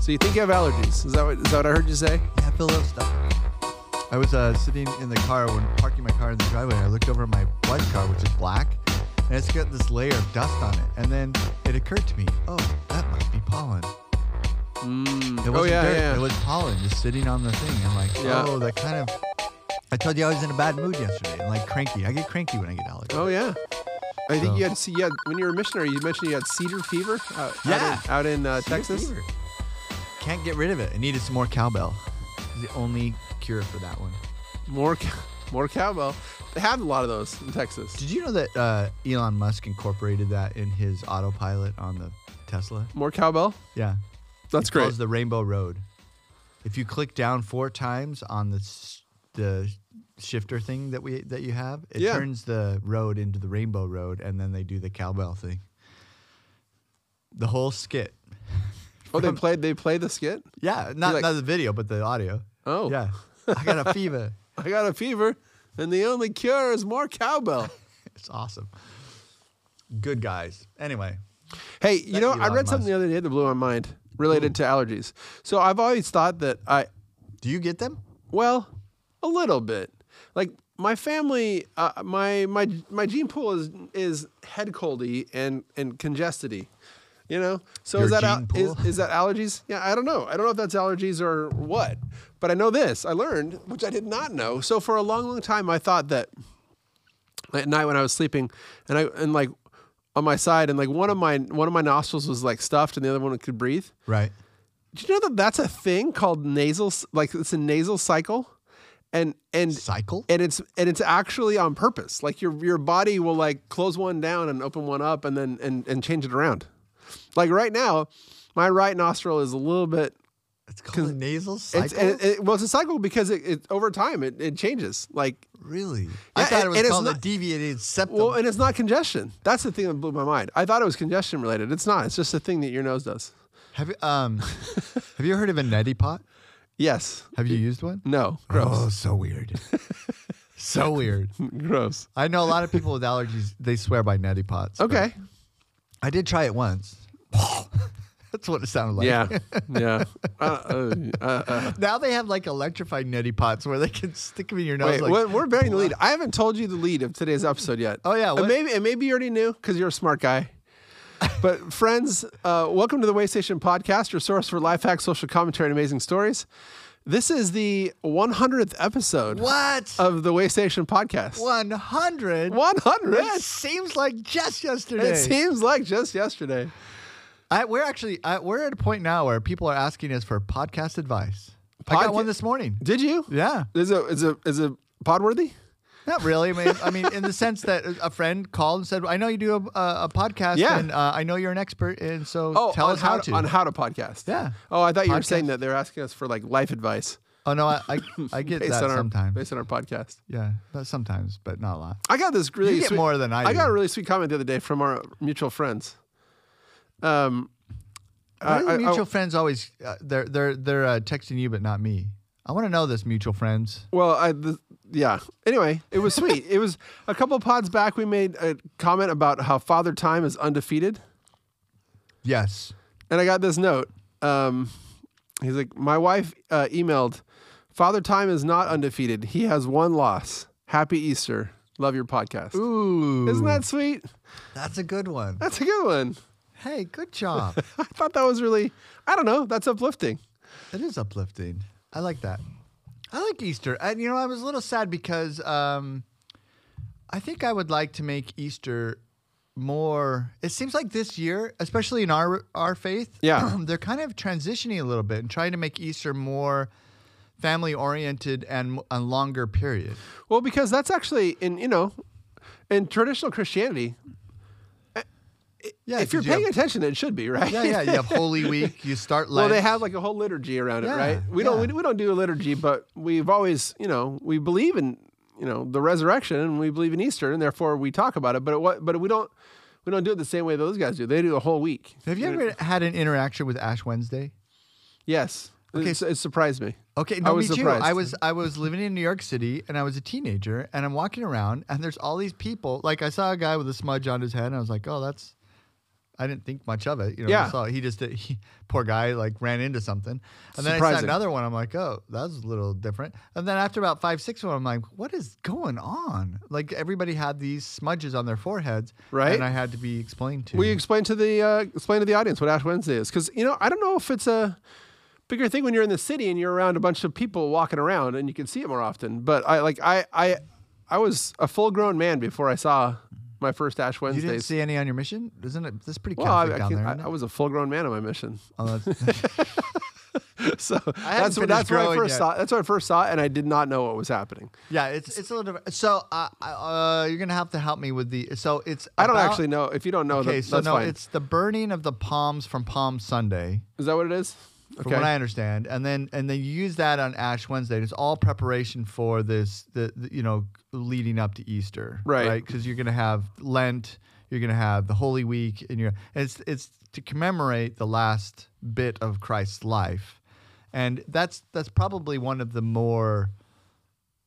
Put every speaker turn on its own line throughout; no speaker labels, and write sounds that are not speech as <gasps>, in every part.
So you think you have allergies? Is that what, is that what I heard you say?
Yeah, I feel a little stuff. I was uh, sitting in the car when parking my car in the driveway. And I looked over at my wife's car, which is black, and it's got this layer of dust on it. And then it occurred to me, oh, that must be pollen. It wasn't
oh yeah,
dirt.
yeah.
It was pollen just sitting on the thing. I'm like,
Yeah.
oh, that kind of. I told you I was in a bad mood yesterday. and like cranky. I get cranky when I get allergies.
oh yeah. I think
So-
you had, see, you had when you were a missionary. You mentioned you had cedar fever. uh, Out,
Yeah.
Out in, out in uh, Texas.
Fever. Can't get rid of it. I needed some more cowbell. It's the only cure for that one.
More, cow- more cowbell. They have a lot of those in Texas.
Did you know that uh, Elon Musk incorporated that in his autopilot on the Tesla?
More cowbell.
Yeah.
That's
It
great.
Calls the Rainbow Road. If you click down four times on the s- the shifter thing that we that you have, it
Yeah.
turns the road into the Rainbow Road, and then they do the cowbell thing. The whole skit.
oh, they played. They played the skit.
Yeah, not
like-
not the video, but the audio.
Oh.
yeah.
<laughs>
I got a fever.
I got a fever, and the only cure is more
<laughs>
cowbell.
It's awesome. Good guys. Anyway,
Hey, you know, I
Elon
read something
Musk.
the other day that blew my mind related to allergies. So I've always thought that I,
do you get them?
well, a little bit. Like my family, uh, my my my gene pool is is head coldy and and congestedy. You know, so
Your
is that al-
gene pool?
is, is that allergies? Yeah, I don't know. I don't know if that's allergies or what, but I know this. I learned, which I did not know. So for a long, long time, I thought that at night when I was sleeping, and I and like on my side, and like one of my one of my nostrils was like stuffed, and the other one could breathe.
Right.
Do you know that that's a thing called nasal, s- like it's a nasal cycle, and and
Cycle.
and it's and it's actually on purpose. Like your your body will like close one down and open one up, and then and and change it around. Like right now, my right nostril is a little bit.
It's called a nasal cycle.
It's, it, it, well, it's a cycle because it, it over time it, it changes. Like
really? I
Yeah,
thought
and-
it was
and it's
called a
not-
deviated septum.
well, and it's not congestion. That's the thing that blew my mind. I thought it was congestion related. It's not. It's just a thing that your nose does.
Have you
<laughs>
um have you heard of a neti pot?
Yes.
Have you used one?
No. <laughs> Gross.
Oh,
<laughs>
so weird. so weird.
Gross.
I know a lot of people with allergies, they swear by neti pots. but
Okay.
I did try it once. <laughs> That's what it sounded like.
Yeah. Yeah. Uh, uh, uh, uh.
<laughs> Now they have like electrified neti pots where they can stick them in your nose.
Wait,
like,
we're- we're bearing the lead. I haven't told you the lead of today's episode yet.
Oh, yeah,
and
what-
maybe and maybe you already knew because you're a smart guy.
<laughs>
But friends, uh, welcome to the Waystation Podcast, your source for life hacks, social commentary, and amazing stories. This is the 100th episode
what?
of the Waystation Podcast.
100?
100.
That seems like just yesterday.
It seems like just yesterday.
I, we're actually I, we're at a point now where people are asking us for podcast advice. I got
Podca-
one this morning.
Did you?
Yeah.
Is it is it is it pod worthy?
Not really. I mean, I mean, in the sense that a friend called and said, "I know you do a, a, a podcast,
Yeah.
and uh, I know you're an expert, and so
Oh,
tell
on
us how,
to,
to."
on how to podcast.
Yeah.
Oh, I thought you were
Podcast.
saying that they're asking us for like life advice
oh no, I
<laughs>
I, I get
based
that
on our
sometimes.
based on our podcast.
yeah, but sometimes, but not a lot.
I got this really
You get
sweet,
more than I
I got a
do.
really sweet comment the other day from our mutual friends. Um,
Why do
Uh, I- I-
mutual friends always uh, they're they're they're uh, texting you, but not me? I want to know this mutual friends.
well, I th- yeah. Anyway, it was sweet. it was a couple pods back. We made a comment about how Father Time is undefeated,
Yes.
and I got this note. Um, he's like, my wife uh, emailed, Father Time is not undefeated. He has one loss. Happy Easter. Love your podcast.
Ooh,
Isn't that sweet?
that's a good one.
That's a good one.
Hey, good job.
I thought that was really. I don't know. That's uplifting.
It is uplifting. I like that. I like Easter. And you know, I was a little sad because um, I think I would like to make Easter more. It seems like this year, especially in our our faith,
Yeah.
<clears throat> they're kind of transitioning a little bit and trying to make Easter more family oriented and a longer period.
Well, because that's actually in you know, in traditional Christianity,
Yeah,
if you're
'cause you
paying
have-
attention, it should be right. <laughs>
<laughs> yeah, yeah, you have Holy Week. You start
Well,
Lent.
they have like a whole liturgy around it,
Yeah,
right? We don't
yeah.
we, we don't do a liturgy, but we've always you know we believe in you know the resurrection and we believe in Easter, and therefore we talk about it. But it, wa- but we don't we don't do it the same way those guys do. They do a whole week.
Have you ever had an interaction with Ash Wednesday?
Yes. Okay, it, it surprised me.
Okay,
I
no,
was
me
surprised.
too. I was I was living in New York City and I was a teenager and I'm walking around and there's all these people. Like I saw a guy with a smudge on his head and I was like, oh, that's I didn't think much of it. You know,
Yeah.
I saw he just did, he, <laughs> poor guy like ran into something, and then I saw
Surprising.
another one. I'm like, oh, that's a little different. And then after about five, six of them, I'm like, what is going on? Like everybody had these smudges on their foreheads,
Right.
And I had to be explained to.
Will you explain to the uh, explain to the audience what Ash Wednesday is? Because you know, I don't know if it's a bigger thing when you're in the city and you're around a bunch of people walking around and you can see it more often. But I like I I I was a full grown man before I saw my first Ash
You
Wednesdays.
didn't see any on your mission? Isn't it? That's pretty
well, I,
Catholic
I
down
can-
there.
I-
isn't
I
it?
was a full grown man on my mission. <laughs>
Oh, that's-
So
hadn't
that's
finished
what that's where I
growing
first
yet.
saw. That's where I first saw it, and I did not know what was happening.
yeah, it's it's a little different. So uh, I- uh, you're gonna have to help me with the. So it's
I don't
about-
actually know. If you don't know,
Okay,
that,
so
that's
no,
fine.
it's the burning of the palms from Palm Sunday.
is that what it is?
from what I understand, and then and then you use that on Ash Wednesday. It's all preparation for this, the, the you know, leading up to Easter,
Right.
Because you're gonna have Lent, you're gonna have the Holy Week, and you're and it's it's to commemorate the last bit of Christ's life, and that's that's probably one of the more,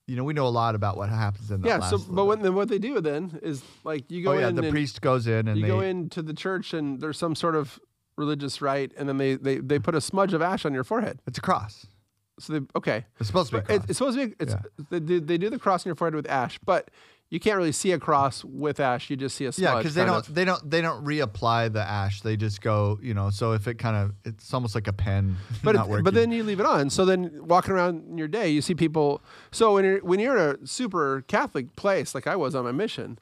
you know, we know a lot about what happens in that.
yeah.
last
So,
little
but
bit.
when, then what they do then is like you go
oh yeah,
in
the
and
priest goes in and
you
they,
go into the church and there's some sort of religious rite and then they, they, they put a smudge of ash on your forehead
it's a cross.
so they okay
It's supposed to be. a
But it,
cross.
it's supposed to be it's, they, do, they do the cross on your forehead with ash but you can't really see a cross with ash you just see a smudge
Yeah, because they
kind
don't
of.
they don't they don't reapply the ash. They just go, you know. So if it kind of it's almost like a pen, <laughs>
but
not
it,
working.
but then you leave it on so then walking around in your day you see people so when you're when you're in a super catholic place like i was on my mission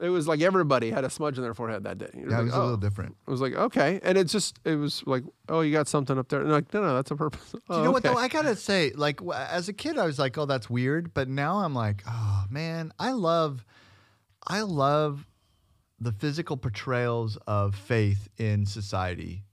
it was like everybody had a smudge on their forehead that day You're
yeah,
like,
it was a
"Oh."
little different.
I was like, okay, and it's just it was like, oh, you got something up there, and like, no, no, that's a purpose.
<laughs>
Oh,
Do you know what though? I gotta say, like w- as a kid, I was like, oh, that's weird. But now I'm like, oh man, I love, I love the physical portrayals of faith in society.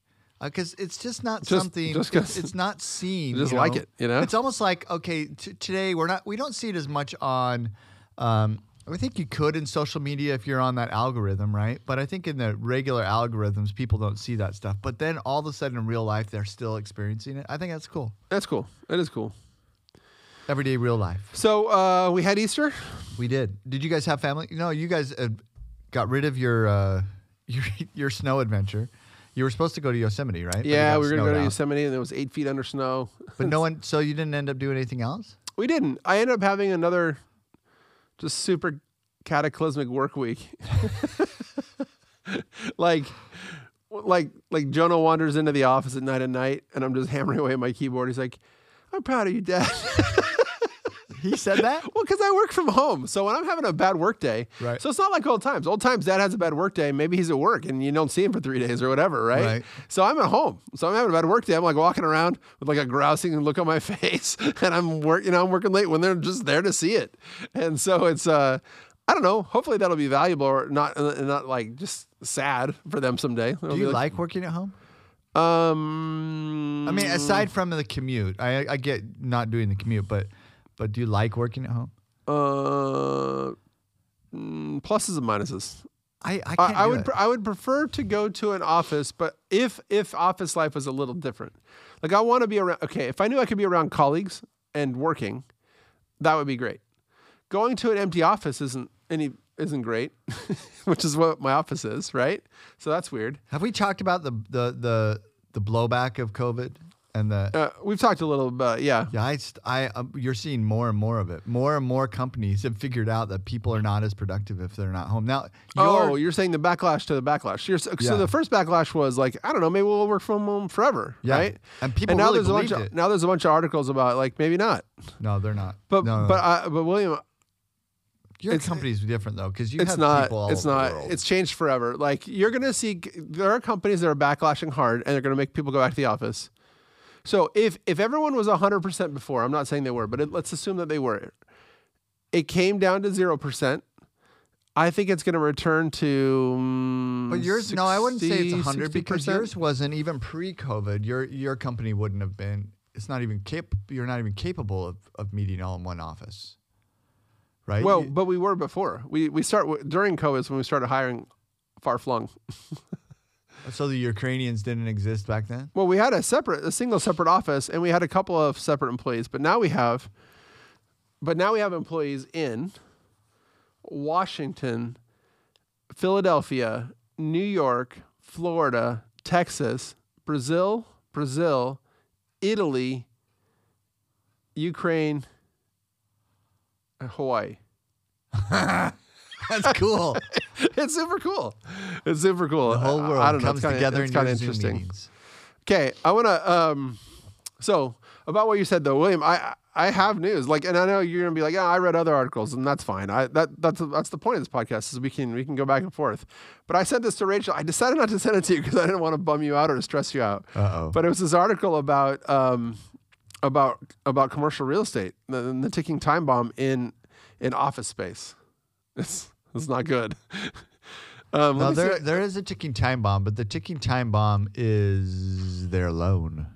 Because it's just not
Just-
something.
just 'cause-
it's, it's not seen.
just
you
like
know?
it, you know?
It's almost like okay, t- today we're not. We don't see it as much on. Um, I think you could in social media if you're on that algorithm, right? But I think in the regular algorithms, people don't see that stuff. But then all of a sudden in real life, they're still experiencing it. I think that's cool.
That's cool. That is cool.
Everyday real life.
So uh, we had Easter.
We did. Did you guys have family? No, you guys uh, got rid of your uh, <laughs> your your snow adventure. You were supposed to go to Yosemite, right? But you
Yeah,
got
we were gonna
snowed
go to
out.
Yosemite, and it was eight feet under snow.
But no one. So you didn't end up doing
<laughs>
anything else.
We didn't. I ended up having another, just super cataclysmic work week. <laughs> like, like, like Jonah wanders into the office at night at night, and I'm just <laughs> hammering away at my keyboard. He's like, "I'm proud of you, Dad."
He said that.
Well, because I work from home, so when I'm having a bad work day,
Right.
so it's not like old times. Old times, dad has a bad work day. Maybe he's at work and you don't see him for three days or whatever, right?
Right.
So I'm at home, so I'm having a bad work day. I'm like walking around with like a grousing look on my <laughs> face, and I'm work, you know, I'm working late when they're just there to see it, and so it's uh, I don't know. Hopefully that'll be valuable or not, uh, and not like just sad for them someday. It'll
Do
be
you like working at home?
Um,
I mean, aside from the commute, I I get not doing the commute, but but do you like working at home?
uh, mm, pluses and minuses.
I I can't.
I, I
do
would
it.
pre- I would prefer to go to an office, but if if office life was a little different, like I want to be around. Okay, if I knew I could be around colleagues and working, that would be great. Going to an empty office isn't any isn't great, <laughs> which is what my office is, right? So that's weird.
Have we talked about the the the the blowback of COVID and the
Uh, we've talked a little about yeah.
Yeah, I, st- I, um, you're seeing more and more of it. More and more companies have figured out that people are not as productive if they're not home. Now,
oh,
your,
you're saying the backlash to the backlash. You're, so, so
Yeah.
the first backlash was like, I don't know, maybe we'll work from home forever,
Yeah.
right?
And people
now
really
there's a bunch
believed
of,
it.
now there's a bunch of articles about like maybe not,
no, they're not.
but
no, no,
but
no.
I, but William,
your
it's-
company's different though because you
it's
have
not
people all
it's
over
not
the world.
it's changed forever like you're gonna see there are companies that are backlashing hard and they're gonna make people go back to the office so if if everyone was 100% before i'm not saying they were but it, let's assume that they were it came down to 0% i think it's gonna return to mm,
But yours, no, I wouldn't say
60,
it's 100 because
60%.
yours wasn't even pre-COVID. Your your company wouldn't have been. It's not even cap. You're not even capable of, of meeting all in one office, right?
well
You-
but we were before we we start w- during covid is when we started hiring far flung
so the Ukrainians didn't exist back then. <laughs>
Well, we had a separate, a single separate office, and we had a couple of separate employees. But now we have, but now we have employees in Washington, Philadelphia, New York, Florida, Texas, Brazil, Brazil, Italy, Ukraine, and Hawaii. <laughs>
That's cool.
It's super cool. It's super cool.
the
<laughs>
whole
I-
world
I, don't know.
comes
it's kinda,
together
It's
in
kind
your
of
Zoom
interesting.
meetings.
Okay, I want to. Um, so about what you said though, William, I I have news. Like, and I know you're gonna be like, yeah, I read other articles, and that's fine. I that that's that's the point of this podcast is we can we can go back and forth. But I sent this to Rachel. I decided not to send it to you <laughs> because I didn't want to bum you out or to stress you out.
Uh-oh.
But it was this article about um about about commercial real estate and the ticking time bomb in in office space. <laughs> It's it's not good. <laughs> Um, let
Now
me see
there,
what-
there is a ticking time bomb, but the ticking time bomb is their loan.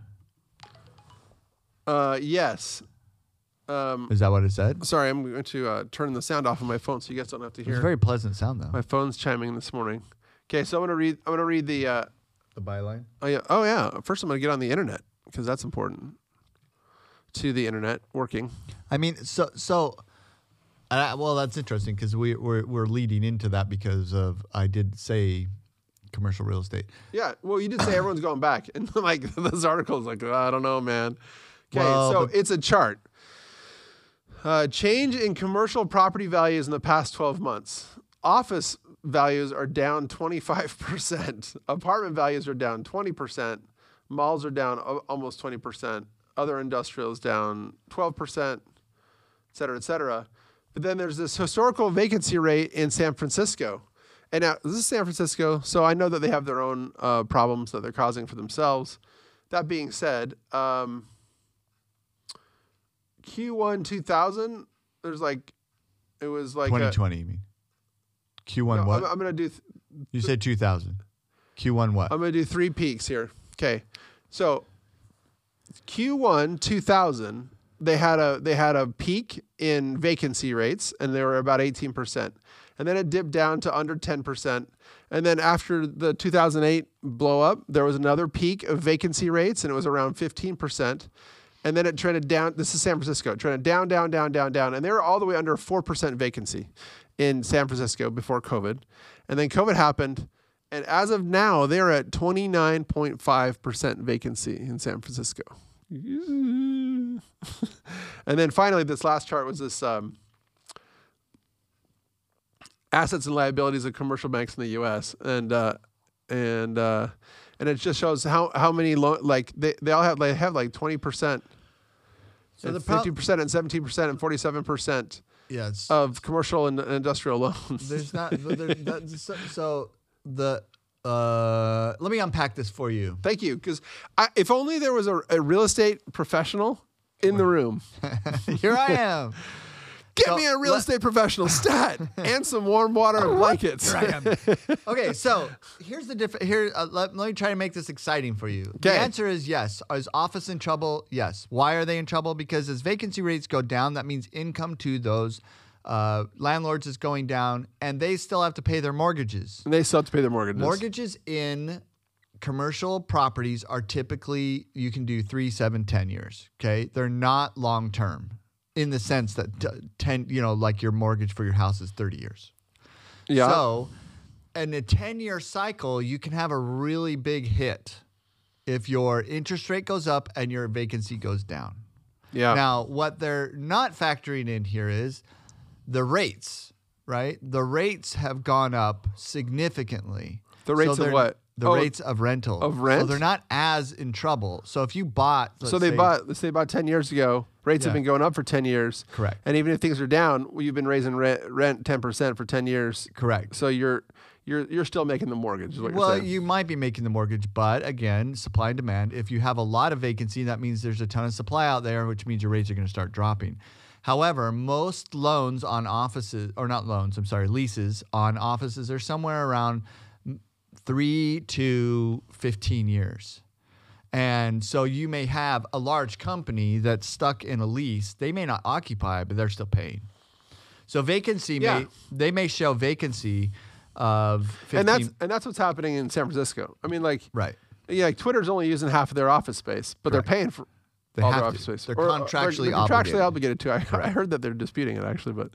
uh, yes. Um,
Is that what it said?
Sorry, I'm going to uh, turn the sound off on my phone so you guys don't have to
It's
hear.
a very pleasant sound though.
my phone's chiming this morning. Okay, so I'm gonna read. I'm gonna read the. Uh,
The byline.
oh yeah. Oh yeah. First, I'm gonna get on the internet because that's important. To the internet working.
I mean, so so. And I, well, that's interesting because we we're, we're leading into that because of I did say commercial real estate.
Yeah. Well, you did say everyone's going back, and <laughs> like this article's like I don't know, man. Okay,
Well,
so
but-
it's a chart. Uh, change in commercial property values in the past 12 months. Office values are down 25%. <laughs> Apartment values are down 20%. Malls are down al- almost 20%. Other industrials down 12%, et cetera, et cetera. But then there's this historical vacancy rate in San Francisco. And now, this is San Francisco, so I know that they have their own uh, problems that they're causing for themselves. That being said, um, Q1 2000, there's like, it was like, a-
2020, you mean? Q1
no,
what?
I'm, I'm gonna do. Th-
you said 2000. Q1 what?
I'm gonna do three peaks here. Okay, so Q1 2000, they had a they had a peak in vacancy rates, and they were about 18 percent, and then it dipped down to under 10 percent, and then after the 2008 blow up, there was another peak of vacancy rates, and it was around 15 percent. And then it trended down. This is San Francisco. It trended down, down, down, down, down. And they were all the way under 4% vacancy in San Francisco before COVID. And then COVID happened. And as of now, they're at 29.5% vacancy in San Francisco. and then finally, this last chart was this um, assets and liabilities of commercial banks in the U.S. and uh, and uh, and it just shows how how many lo- like they, they all have they have like 20 percent,
So
and
the prob-
50 percent, and 17 percent, and 47 percent
yeah, it's,
of commercial and, and industrial loans. <laughs>
there's not there, that's, so, so the uh let me unpack this
<laughs>
for you.
Thank you. Because if only there was a, a real estate professional in the room.
Here I am.
Get
So,
me a real
let-
estate professional
<laughs>
stat and some warm water and blankets.
Okay, so here's the different here uh, let, let me try to make this exciting for you. The
Okay.
answer is yes. Is office in trouble? Yes. Why are they in trouble? Because as vacancy rates go down, that means income to those uh, landlords is going down and they still have to pay their mortgages.
And they still have to pay their mortgages.
Mortgages in commercial properties are typically you can do three, seven, ten years. Okay, they're not long term in the sense that t- ten, you know, like your mortgage for your house is thirty years.
Yeah.
So, in a ten-year cycle, you can have a really big hit if your interest rate goes up and your vacancy goes down.
yeah.
Now, what they're not factoring in here is the rates, right? The rates have gone up significantly.
The rates of
they're-
what?
The
Oh,
rates of rental.
of rent?
So they're not as in trouble. So if you bought,
so
let's
they
say-
bought, let's say about 10 years ago, rates have
Yeah.
been going up for 10 years.
Correct.
And even if things are down, well, you've been raising rent, rent 10% for 10 years.
Correct.
So you're, you're, you're still making the mortgage is what
well,
you're saying.
you might be making the mortgage, but again, supply and demand. If you have a lot of vacancy, that means there's a ton of supply out there, which means your rates are going to start dropping. However, most loans on offices, or not loans, I'm sorry, leases on offices are somewhere around mm, three to 15 years. And so you may have a large company that's stuck in a lease. They may not occupy, but they're still paying. So vacancy
Yeah.
may they may show vacancy of 15
and that's, and that's what's happening in San Francisco. I mean, like,
Right.
yeah, like Twitter's only using half of their office space, but they're paying for
They
all
have
their
to.
office space.
They're
Or- or-
contractually
they're contractually obligated to. I, I heard that they're disputing it actually, but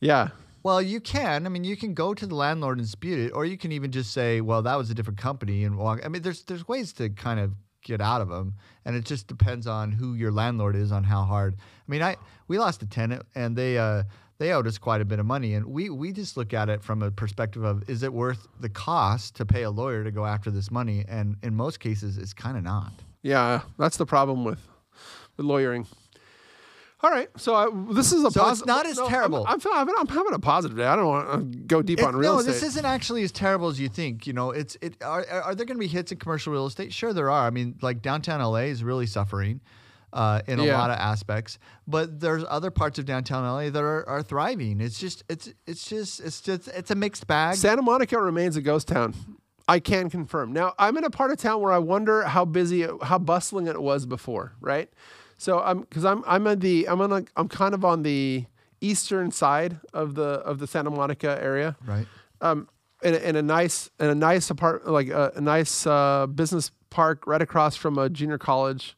yeah.
Well, you can. I mean, you can go to the landlord and dispute it, or you can even just say, "Well, that was a different company," and walk. I mean, there's there's ways to kind of get out of them, and it just depends on who your landlord is, on how hard. I mean, I we lost a tenant, and they uh, they owed us quite a bit of money, and we we just look at it from a perspective of is it worth the cost to pay a lawyer to go after this money? And in most cases, it's kind of not.
Yeah, that's the problem with with lawyering. All right, so I, this is a
So it's
posi-
not as
no, I'm-
terrible.
I'm, feel- I'm, I'm having a positive day. I don't want to go deep
It-
on real
no,
estate.
this isn't actually as terrible as you think. You know, it's it. Are, are are there going to be hits in commercial real estate? Sure, there are. I mean, like downtown LA is really suffering uh, in a
Yeah.
lot of aspects, but there's other parts of downtown LA that are, are thriving. It's just it's it's just it's just it's a mixed bag.
Santa Monica remains a ghost town. I can confirm. Now, I'm in a part of town where I wonder how busy, it- how bustling it was before, right? So I'm because I'm I'm on the I'm on a, I'm kind of on the eastern side of the of the Santa Monica area,
right.
um, in, a- in a nice in a nice apart like a, a nice uh, business park right across from a junior college.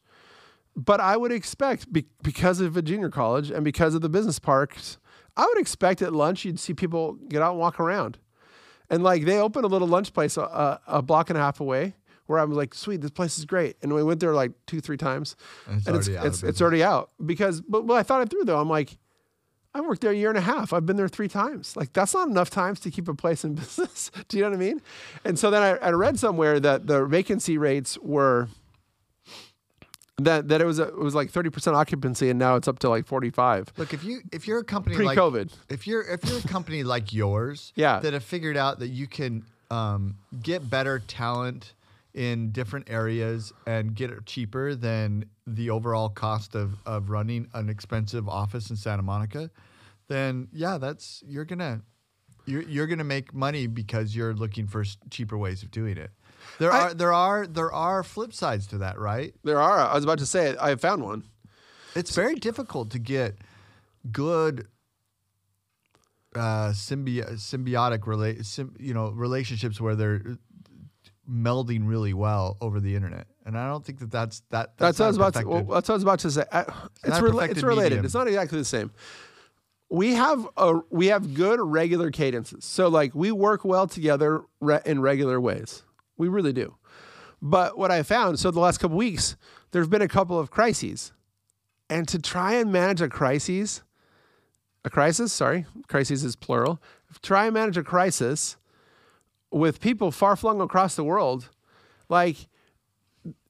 But I would expect be, because of a junior college and because of the business parks, I would expect at lunch you'd see people get out and walk around, and like they opened a little lunch place a, a block and a half away. Where I'm like, sweet, this place is great, and we went there like two, three times,
And it's already out of
it's, it's,
business.
already out because. But, but I thought it through though. I'm like, I worked there a year and a half. I've been there three times. Like that's not enough times to keep a place in <laughs> business. Do you know what I mean? And so then I, I read somewhere that the vacancy rates were that that it was a, it was like thirty percent occupancy, and now it's up to like forty five.
Look, if you if you're a company like
Pre-COVID.
if you're if you're a company like yours,
<laughs> Yeah.
that have figured out that you can um, get better talent in different areas and get it cheaper than the overall cost of of running an expensive office in Santa Monica, then yeah, that's you're gonna you're, you're gonna make money because you're looking for s- cheaper ways of doing it. There
I-
are there are there are flip sides to that, right?
There are. I was about to say it. I found one.
It's very difficult to get good uh, symbi- symbiotic rela- sym- you know relationships where they're uh, melding really well over the internet, and I don't think that that's that.
That's, what I was
not
about to. Well,
perfected.
that's what I was about to say. I, it's
not a
rela-
perfected
it's related.
medium.
It's not exactly the same. We have a we have good regular cadences. So like we work well together re- in regular ways. We really do. But what I found, so the last couple weeks, there've been a couple of crises, and to try and manage a crises, a crisis. Sorry, crises is plural. Try and manage a crisis with people far flung across the world, like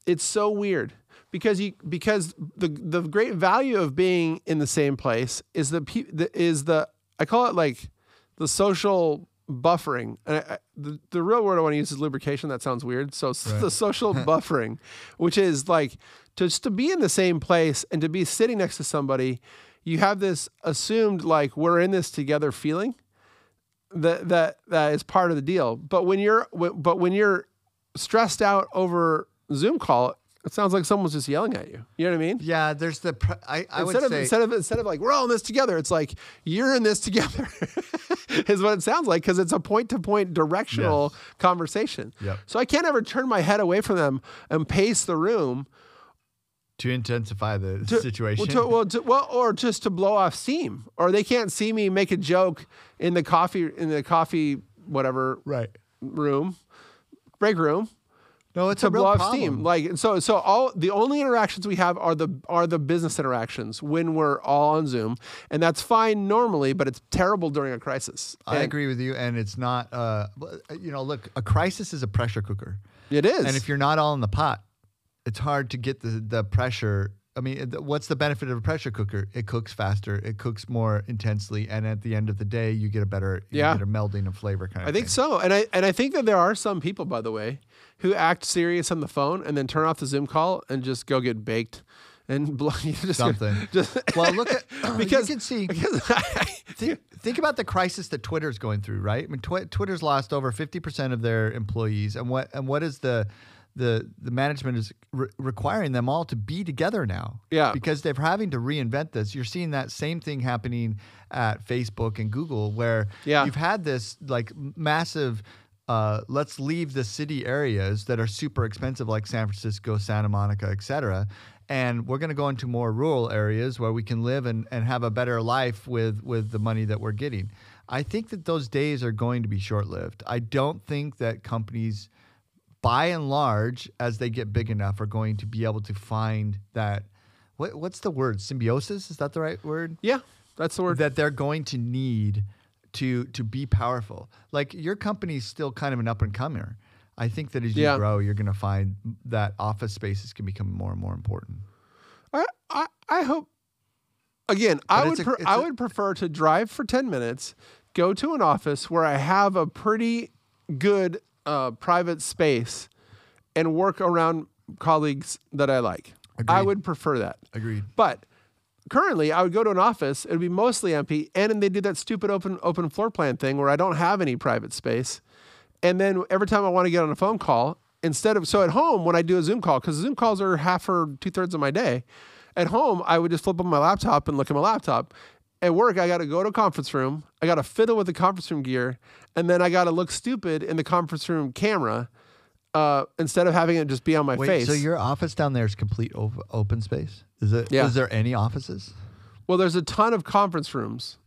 it's so weird because you because the the great value of being in the same place is the pe- the is the I call it like the social buffering and I, I, the, the real word I want to use is lubrication that sounds weird so s- the social buffering which is like to, just to be in the same place and to be sitting next to somebody you have this assumed like we're in this together feeling that that that is part of the deal. But when you're when- but when you're stressed out over Zoom call, it sounds like someone's just yelling at you. You know what I mean?
yeah, there's the pre- I, I would
Instead of
say
instead of instead of like we're all in this together, it's like you're in this together, <laughs> is what it sounds like because it's a point to point directional conversation.
Yep.
So I can't ever turn my head away from them and pace the room
to intensify the situation.
Well, to, well, to, well, or just to blow off steam, or they can't see me make a joke in the coffee in the coffee whatever
right.
room, break room
No, it's
to
a real
blow off
problem.
steam. Like and so, so all the only interactions we have are the are the business interactions when we're all on Zoom, and that's fine normally, but it's terrible during a crisis.
I
And
agree with you, and it's not. Uh, but, uh, you know, look, a crisis is a pressure cooker.
It is.
And if you're not all in the pot, it's hard to get the, the pressure. I mean, it- what's the benefit of a pressure cooker? It cooks faster, it cooks more intensely, and at the end of the day, you get a better, you
Yeah.
get a melding of flavor kind of
I think so, and I and I think that there are some people, by the way, who act serious on the phone and then turn off the Zoom call and just go get baked. And <laughs> blow, just
Something.
<laughs> Just,
Well,
<coughs>
look at because
Because-
you can
<laughs>
see.
because
Think, think about the crisis that Twitter's going through, right? I mean, Twi- Twitter's lost over fifty percent of their employees, and what and what is the the the management is re- requiring them all to be together now,
Yeah.
because they're having to reinvent this. You're seeing that same thing happening at Facebook and Google, where
Yeah.
you've had this like massive. Uh, let's leave the city areas that are super expensive, like San Francisco, Santa Monica, et cetera, and we're going to go into more rural areas where we can live and, and have a better life with with the money that we're getting. I think that those days are going to be short lived. I don't think that companies, by and large, as they get big enough, are going to be able to find that. What, what's the word? Symbiosis? Is that the right word?
Yeah, that's the word.
that they're going to need to to be powerful. Like your company's still kind of an up and comer. I think that as you
Yeah.
grow, you're going to find that office spaces can become more and more important.
I, I, I hope. Again, I
But
would
it's a-
pre-
it's
I
a-
would prefer to drive for ten minutes, go to an office where I have a pretty good uh, private space, and work around colleagues that I like. I
Agreed.
would prefer that.
Agreed.
But currently, I would go to an office. It would be mostly empty, and, and they do that stupid open open floor plan thing where I don't have any private space. And then every time I want to get on a phone call, instead of so at home when I do a Zoom call, because Zoom calls are half or two thirds of my day. At home, I would just flip up my laptop and look at my laptop. At work, I got to go to a conference room. I got to fiddle with the conference room gear, and then I got to look stupid in the conference room camera uh, instead of having it just be on my
Wait,
face.
so your office down there is complete ov- open space? Is it? Is
Yeah.
there any offices?
Well, there's a ton of conference rooms,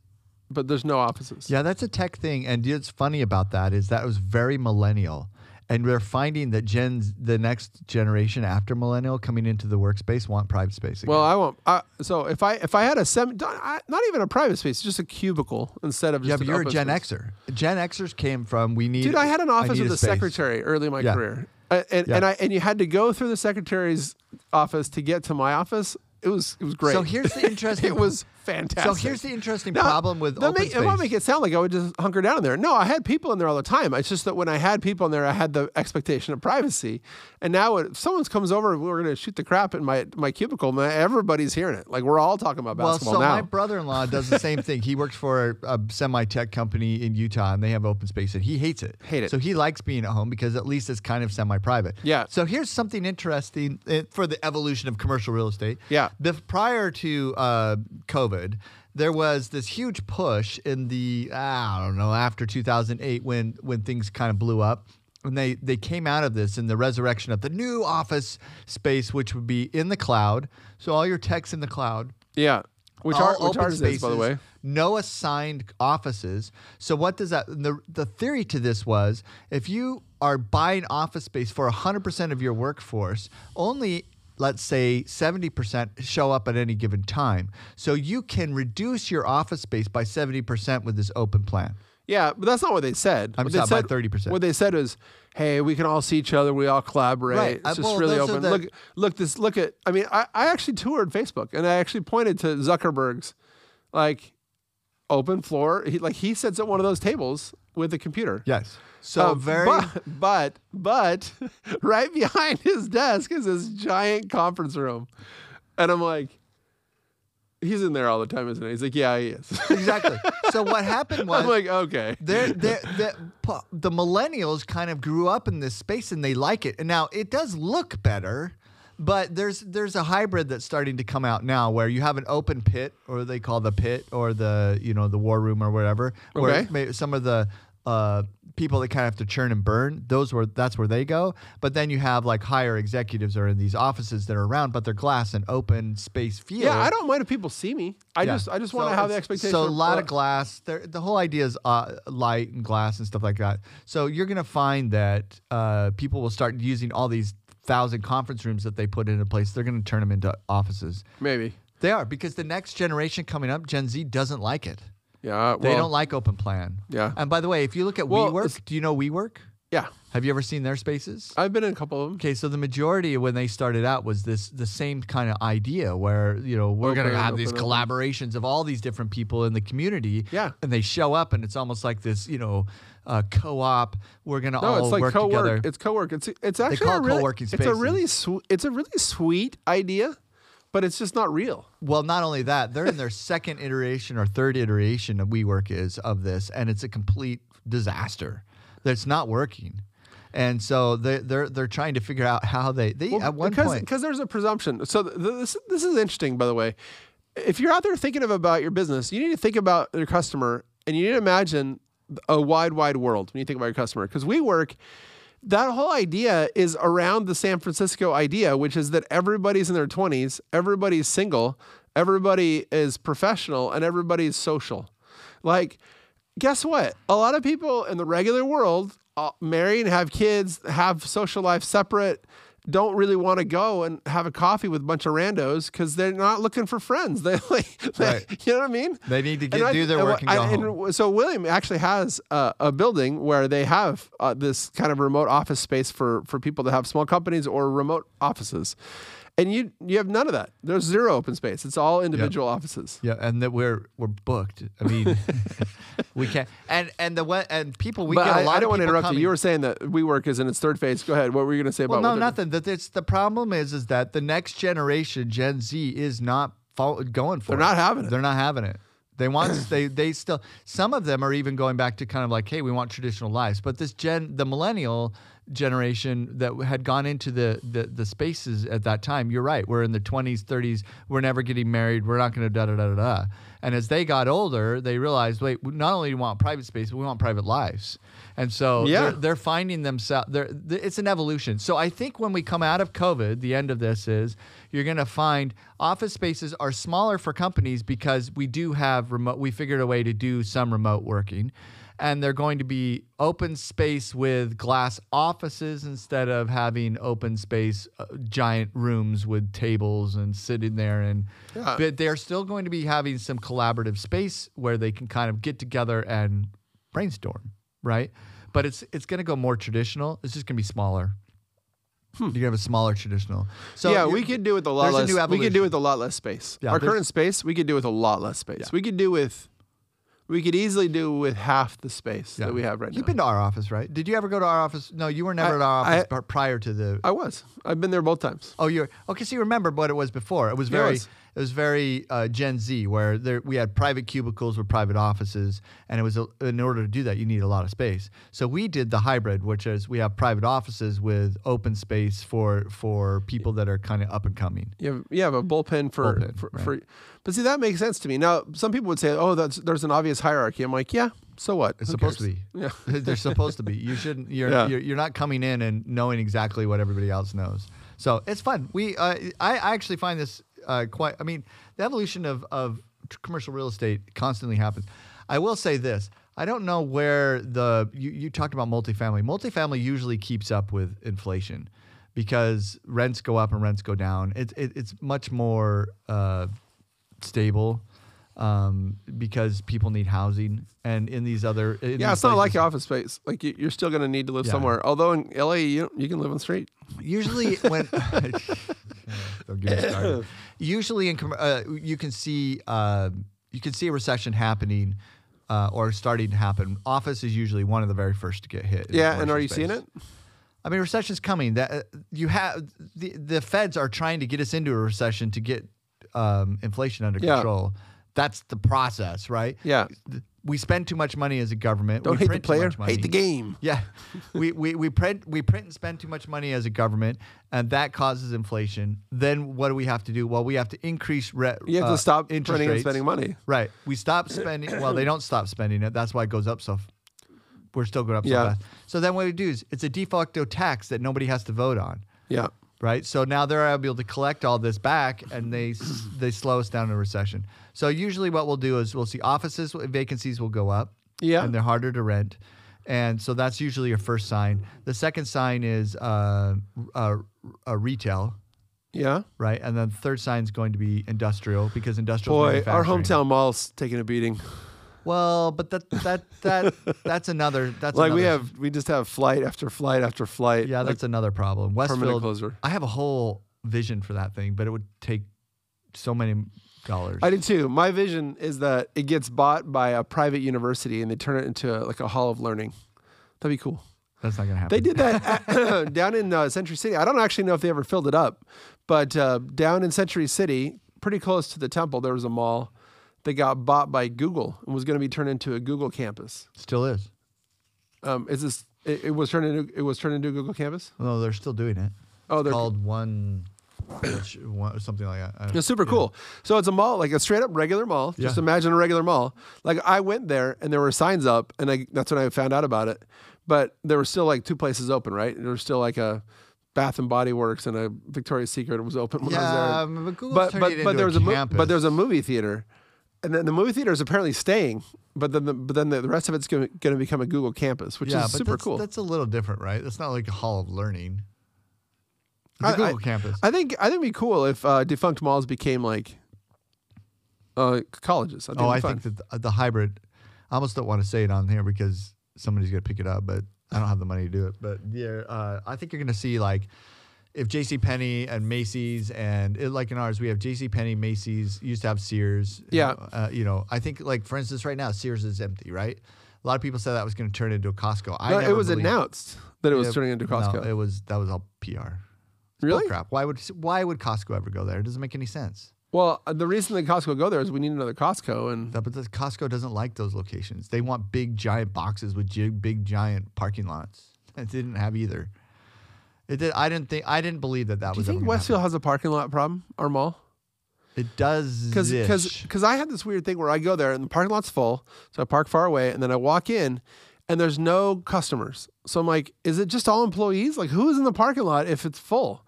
but there's no offices.
Yeah, that's a tech thing. And it's funny about that is that was very millennial. And we're finding that gens, the next generation after millennial coming into the workspace want private space. Again.
Well, I won't. I, so if I if I had a sem, don't- I- not even a private space, just a cubicle instead of just
yeah, but
an
you're a
open
Gen
space.
Xer. Gen Xers came from we need.
Dude, I had an office
need
with a
space.
secretary early in my
Yeah.
career, Uh, and and
Yeah.
I and you had to go through the secretary's office to get to my office. It was it was great.
So here's the
<laughs>
interesting.
it was fantastic.
So here's the interesting
Now,
problem with
that
open
make,
space.
It won't make it sound like I would just hunker down in there. No, I had people in there all the time. It's just that when I had people in there, I had the expectation of privacy. And now if someone comes over, we're going to shoot the crap in my, my cubicle. Man, everybody's hearing it. Like we're all talking about
well,
basketball
so
now.
my brother-in-law does
<laughs>
the same thing. He works for a semi-tech company in Utah, and they have open space, and he hates it.
Hate it.
So he likes being at home because at least it's kind of semi-private.
Yeah.
So here's something interesting uh, for the evolution of commercial real estate.
Yeah.
The prior to uh, COVID, there was this huge push in the ah, I don't know after 2008 when when things kind of blew up. And they, they came out of this in the resurrection of the new office space, which would be in the cloud. So all your tech's in the cloud
yeah. Which,
all
are, which
open
ours is, by the way.
spaces, No assigned offices. So what does that? The the theory to this was if you are buying office space for 100% of your workforce, only let's say 70% show up at any given time. So you can reduce your office space by 70% with this open plan.
Yeah, but that's not what they said.
I'm
What they
sorry, by
said-
30%.
What they said is, "Hey, we can all see each other. We all collaborate.
Right.
It's
Uh,
just
well,
really
those are
open."
the-
look, look this. Look at. I mean, I, I actually toured Facebook, and I actually pointed to Zuckerberg's, like, open floor. He like he sits at one of those tables with a computer.
Yes. So
Um,
very
But but, but <laughs> right behind his desk is this giant conference room, and I'm like, he's in there all the time, isn't he? He's like, yeah, he is. <laughs>
exactly. So what happened was
I'm like, okay.
<laughs> they're, they're, the pu- the millennials kind of grew up in this space and they like it. And now it does look better, but there's there's a hybrid that's starting to come out now where you have an open pit, or they call the pit, or the you know the war room or whatever. Where
Okay.
may- some of the uh, people that kind of have to churn and burn, those were that's where they go. But then you have like higher executives are in these offices that are around, but they're glass and open space field.
Yeah, I don't mind if people see me. I
Yeah.
just I just want
So
to have the
it's-
expectation.
So a lot of
uh,
glass. There, the whole idea is uh, light and glass and stuff like that. So you're gonna find that uh, people will start using all these thousand conference rooms that they put into place. They're gonna turn them into offices.
maybe.
They are because the next generation coming up, Gen Z, doesn't like it.
Yeah. Well,
They don't like open plan.
Yeah.
And by the way, if you look at
Well, it's-
WeWork, do you know WeWork?
yeah.
Have you ever seen their spaces?
I've been in a couple of them.
Okay, so the majority when they started out was this the same kind of idea where you know we're gonna
Open,
have these
open, open.
collaborations of all these different people in the community.
Yeah.
and they show up and it's almost like this you know uh, co-op. We're gonna
No,
all
it's like
work
co-work.
together.
It's co-work. It's it's actually
call
a
it
really,
co-working
It's a
spaces.
really sw- it's a really sweet idea, but it's just not real.
Well, not only that, they're <laughs> in their second iteration or third iteration of WeWork is of this, and it's a complete disaster. That's not working, and so they they're they're trying to figure out how they they at one
because,
point
because there's a presumption. So th- this this is interesting, by the way. If you're out there thinking of about your business, you need to think about your customer, and you need to imagine a wide, wide world when you think about your customer. Because we work. That whole idea is around the San Francisco idea, which is that everybody's in their 20s, everybody's single, everybody is professional, and everybody's social. Like, guess what? A lot of people in the regular world uh, marry and have kids, have social life separate, don't really want to go and have a coffee with a bunch of randos because they're not looking for friends. <laughs> They like, they-
Right.
you know what I mean?
They need to
And
get-
I
do
think-
their
and
work and go
I-
home.
So William actually has uh, a building where they have uh, this kind of remote office space for for people that have small companies or remote offices. And you you have none of that. There's zero open space. It's all individual offices.
Yeah, and that we're we're booked. I
<laughs>
mean, we can't. And and the what and people we
But
get a
I,
lot.
I don't
want to
interrupt
coming.
you. You were saying that WeWork is in its third phase. Go ahead. What were you going to say
well,
about?
no,
what they're doing?
nothing. That it's the problem is is that the next generation Gen Z is not fol- going for.
They're
it.
not having it.
They're not having it. They
<clears throat>
want they they still some of them are even going back to kind of like hey we want traditional lives but this gen the millennial generation that had gone into the the, the spaces at that time you're right we're in the 20s 30s we're never getting married we're not going to da da da da da and as they got older they realized wait we not only do we want private space but we want private lives and so
Yeah.
they're, they're finding themselves they're th- it's an evolution so i think when we come out of covid the end of this is you're going to find office spaces are smaller for companies because we do have remote we figured a way to do some remote working and they're going to be open space with glass offices instead of having open space uh, giant rooms with tables and sitting there and
Yeah.
but they're still going to be having some collaborative space where they can kind of get together and brainstorm, right? But it's it's going to go more traditional. It's just going to be smaller. You're going to have a smaller traditional. So
Hmm. yeah,
you-
we could do with a lot
there's a
less.
new
we could do
evolution.
with a lot less space.
Yeah,
Our
there's-
current space, we could do with a lot less space. We could do with, we could easily do with half the space
Yeah.
that we have right
You've
now.
been to our office, right? Did you ever go to our office? No, you were never
I-
at our office
I-
par- prior to the.
I was. I've been there both times.
oh, you're okay. So you remember what it was before? It was
Yeah, it
very.
was.
It was very uh, Gen Z, where there, we had private cubicles with private offices, and it was a, in order to do that, you need a lot of space. So we did the hybrid, which is we have private offices with open space for for people that are kind of up and coming.
You have, you have a bullpen for
Bullpen,
for,
right.
for, but see that makes sense to me. Now some people would say, oh, that's there's an obvious hierarchy. I'm like, yeah. So what?
It's
Who
supposed
cares?
to be. <laughs> They're supposed to be. You shouldn't. You're,
Yeah.
you're you're not coming in and knowing exactly what everybody else knows. So it's fun. We uh, I I actually find this uh, quite. I mean, the evolution of of t- commercial real estate constantly happens. I will say this. I don't know where the you, you talked about multifamily. Multifamily usually keeps up with inflation because rents go up and rents go down. It's it, it's much more. Uh, stable um, because people need housing. And in these other, in
Yeah,
these
it's not like
places-
office space. Like you, you're still going to need to live
Yeah.
somewhere. Although in LA, you you can live on the street.
<laughs> usually when don't get me started. <laughs> Usually in com- uh, you can see uh, you can see a recession happening. Uh, or starting to happen. Office is usually one of the very first to get hit. in the
Yeah, and
commercial
are you seeing
space.
it?
I mean, recession's coming. That uh, you have the the feds are trying to get us into a recession to get um, inflation under
Yeah.
control. That's the process, right?
Yeah.
Th- We spend too much money as a government.
Don't
we
hate the
print too much
player,
money.
hate the game.
Yeah, <laughs> we, we we print we print and spend too much money as a government, and that causes inflation. Then what do we have to do? Well, we have to increase re-
You have
uh,
to stop
interest
printing and
rates.
spending money.
Right.
<coughs>
We stop spending. well, they don't stop spending it. That's why it goes up so. F- we're still going up
Yeah.
so fast. So then what we do is it's a de facto tax that nobody has to vote on,
Yeah.
right? So now they're able to collect all this back, and
<coughs>
they s- they slow us down in a recession. So usually what we'll do is we'll see offices vacancies will go up,
Yeah.
and they're harder to rent, and so that's usually your first sign. The second sign is uh, uh, uh, retail.
Yeah.
Right, and then third sign is going to be industrial because industrial.
Boy, our hometown mall's taking a beating.
Well, but that that
<laughs>
that that's another that's
Like we have,
another-
we just have flight after flight after flight.
yeah
like,
that's another problem. Westfield
closure.
I have a whole vision for that thing, but it would take so many dollars.
I do too. My vision is that it gets bought by a private university and they turn it into like a hall of learning. That'd be cool.
that's not gonna happen.
They did that <coughs> down in uh, Century City. I don't actually know if they ever filled it up, but uh, down in Century City, pretty close to the temple, there was a mall that got bought by Google and was going to be turned into a Google campus.
Still is.
Um, is this? It, it was turned into it was turned into a Google campus.
No, they're still doing it.
Oh,
It's
they're-
called one, which, one something like that. I don't-
It's super cool. So it's a mall, like a straight up regular mall. Just
Yeah.
imagine a regular mall. Like I went there and there were signs up, and I, that's when I found out about it. But there were still like two places open, right? There was still like a Bath and Body Works and a Victoria's Secret was open when I was there.
Yeah, but Google's
but
turned
but,
it into
but there
a
was a mo-
campus.
but there was a movie theater, and then the movie theater is apparently staying, but then the but then the, the rest of it's going to become a Google campus, which
yeah,
is
but
super
that's,
cool.
that's a little different, right? That's not like a hall of learning. The
I-
Google
I-
campus.
I think I think it'd be cool if uh, defunct malls became like uh, colleges.
oh, I think that the, the hybrid. I almost don't want to say it on here because somebody's gonna pick it up, but I don't have the money to do it. But yeah, uh, I think you're gonna see like if J.C. Penney and Macy's and it, like in ours we have J.C. Penney, Macy's used to have Sears. you
Yeah.
know, uh, you know I think like for instance right now Sears is empty, right? A lot of people said that was gonna turn into a Costco. I
No,
never
it was
believed-
announced that it was turning into
no,
Costco.
it was that was all PR.
really?
Bull crap. Why would why would Costco ever go there? It doesn't make any sense.
Well, uh, the reason that Costco go there is we need another Costco, and
That- But the Costco doesn't like those locations. They want big giant boxes with gi- big giant parking lots. <laughs> It didn't have either. It did, I didn't think I didn't believe that that
do you
was. ever
think
gonna
Westfield has a parking lot problem? Our mall?
happen. It does
Because
because
because I had this weird thing where I go there and the parking lot's full, so I park far away, and then I walk in, and there's no customers. So I'm like, is it just all employees? Like, who's in the parking lot if it's full?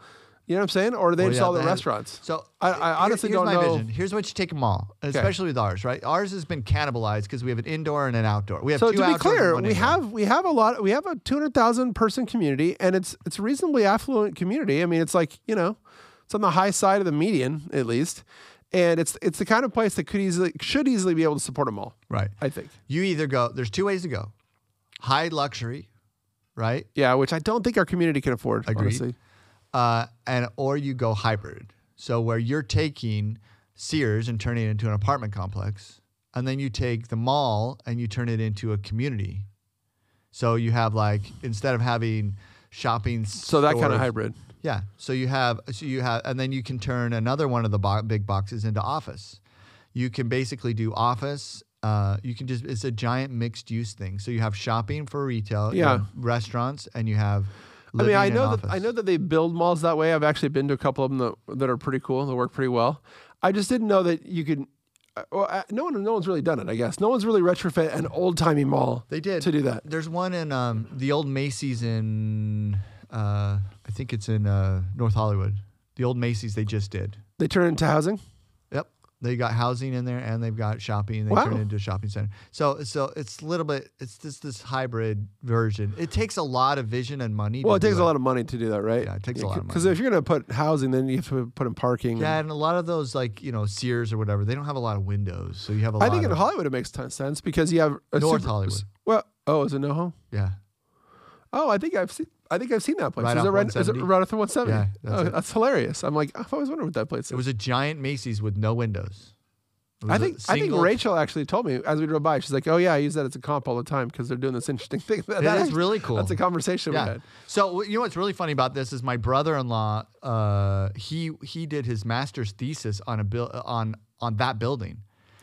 You know what I'm saying? Or are they
Well,
just
yeah,
all the
that-
restaurants?
so
I- I honestly
here's
don't
my
know.
Vision. Here's what you take them all, especially with ours, right? Ours has been cannibalized because we have an indoor and an outdoor. We have
So to
two
be
outdoors and
clear,
one
we
indoor.
have we have a lot. We have a two hundred thousand person community, and it's it's a reasonably affluent community. I mean, it's like you know, it's on the high side of the median at least, and it's it's the kind of place that could easily should easily be able to support a mall.
right.
I think.
You either go. There's two ways to go. High luxury, right?
Yeah, which I don't think our community can afford.
Agreed.
Honestly,
uh, and or you go hybrid. So where you're taking Sears and turning it into an apartment complex, and then you take the mall and you turn it into a community. So you have like instead of having shopping,
so that kind of
stores-
hybrid.
yeah. So you have so you have and then you can turn another one of the bo- big boxes into office. You can basically do office. Uh, you can just it's a giant mixed use thing. So you have shopping for retail, you
Yeah.
have restaurants, and you have.
I mean,
living
I
and
know that
office.
I know that they build malls that way. I've actually been to a couple of them that, that are pretty cool. That work pretty well. I just didn't know that you could. uh, Well, I, no one, no one's really done it. I guess no one's really retrofit an old timey mall.
They did
to do that.
There's one in um, the old Macy's in uh, I think it's in uh, North Hollywood. The old Macy's they just did.
They turn it into housing.
Yep, they got housing in there and they've got shopping. They
Wow.
turned it into a shopping center. So so it's a little bit it's just this hybrid version. It takes a lot of vision and money.
Well,
to
it takes
do
a lot of money to do that, right?
Yeah, it takes a lot of
Because if you're going to put housing, then you have to put in parking.
Yeah, and a lot of those like you know Sears or whatever, they don't have a lot of windows. So you have a
I
lot.
think in
of,
Hollywood it makes ton of sense because you have a
North Hollywood.
Well, oh, is it NoHo?
yeah.
Oh, I think I've seen. I think I've seen that place.
Right
is, it
off
right, is it
170?
right off the 170?
Yeah, that's
oh,
it.
that's hilarious. I'm like, I've always wondered what that place
It
is.
was a giant Macy's with no windows. It
I
was a
think I think
single-
Rachel actually told me as we drove by. She's like, "Oh yeah, I use that as a comp all the time because they're doing this interesting thing." <laughs> That,
That is
act-
really cool.
That's a conversation we had.
So w- you know what's really funny about this is my brother-in-law. Uh, he he did his master's thesis on a bill on on that building.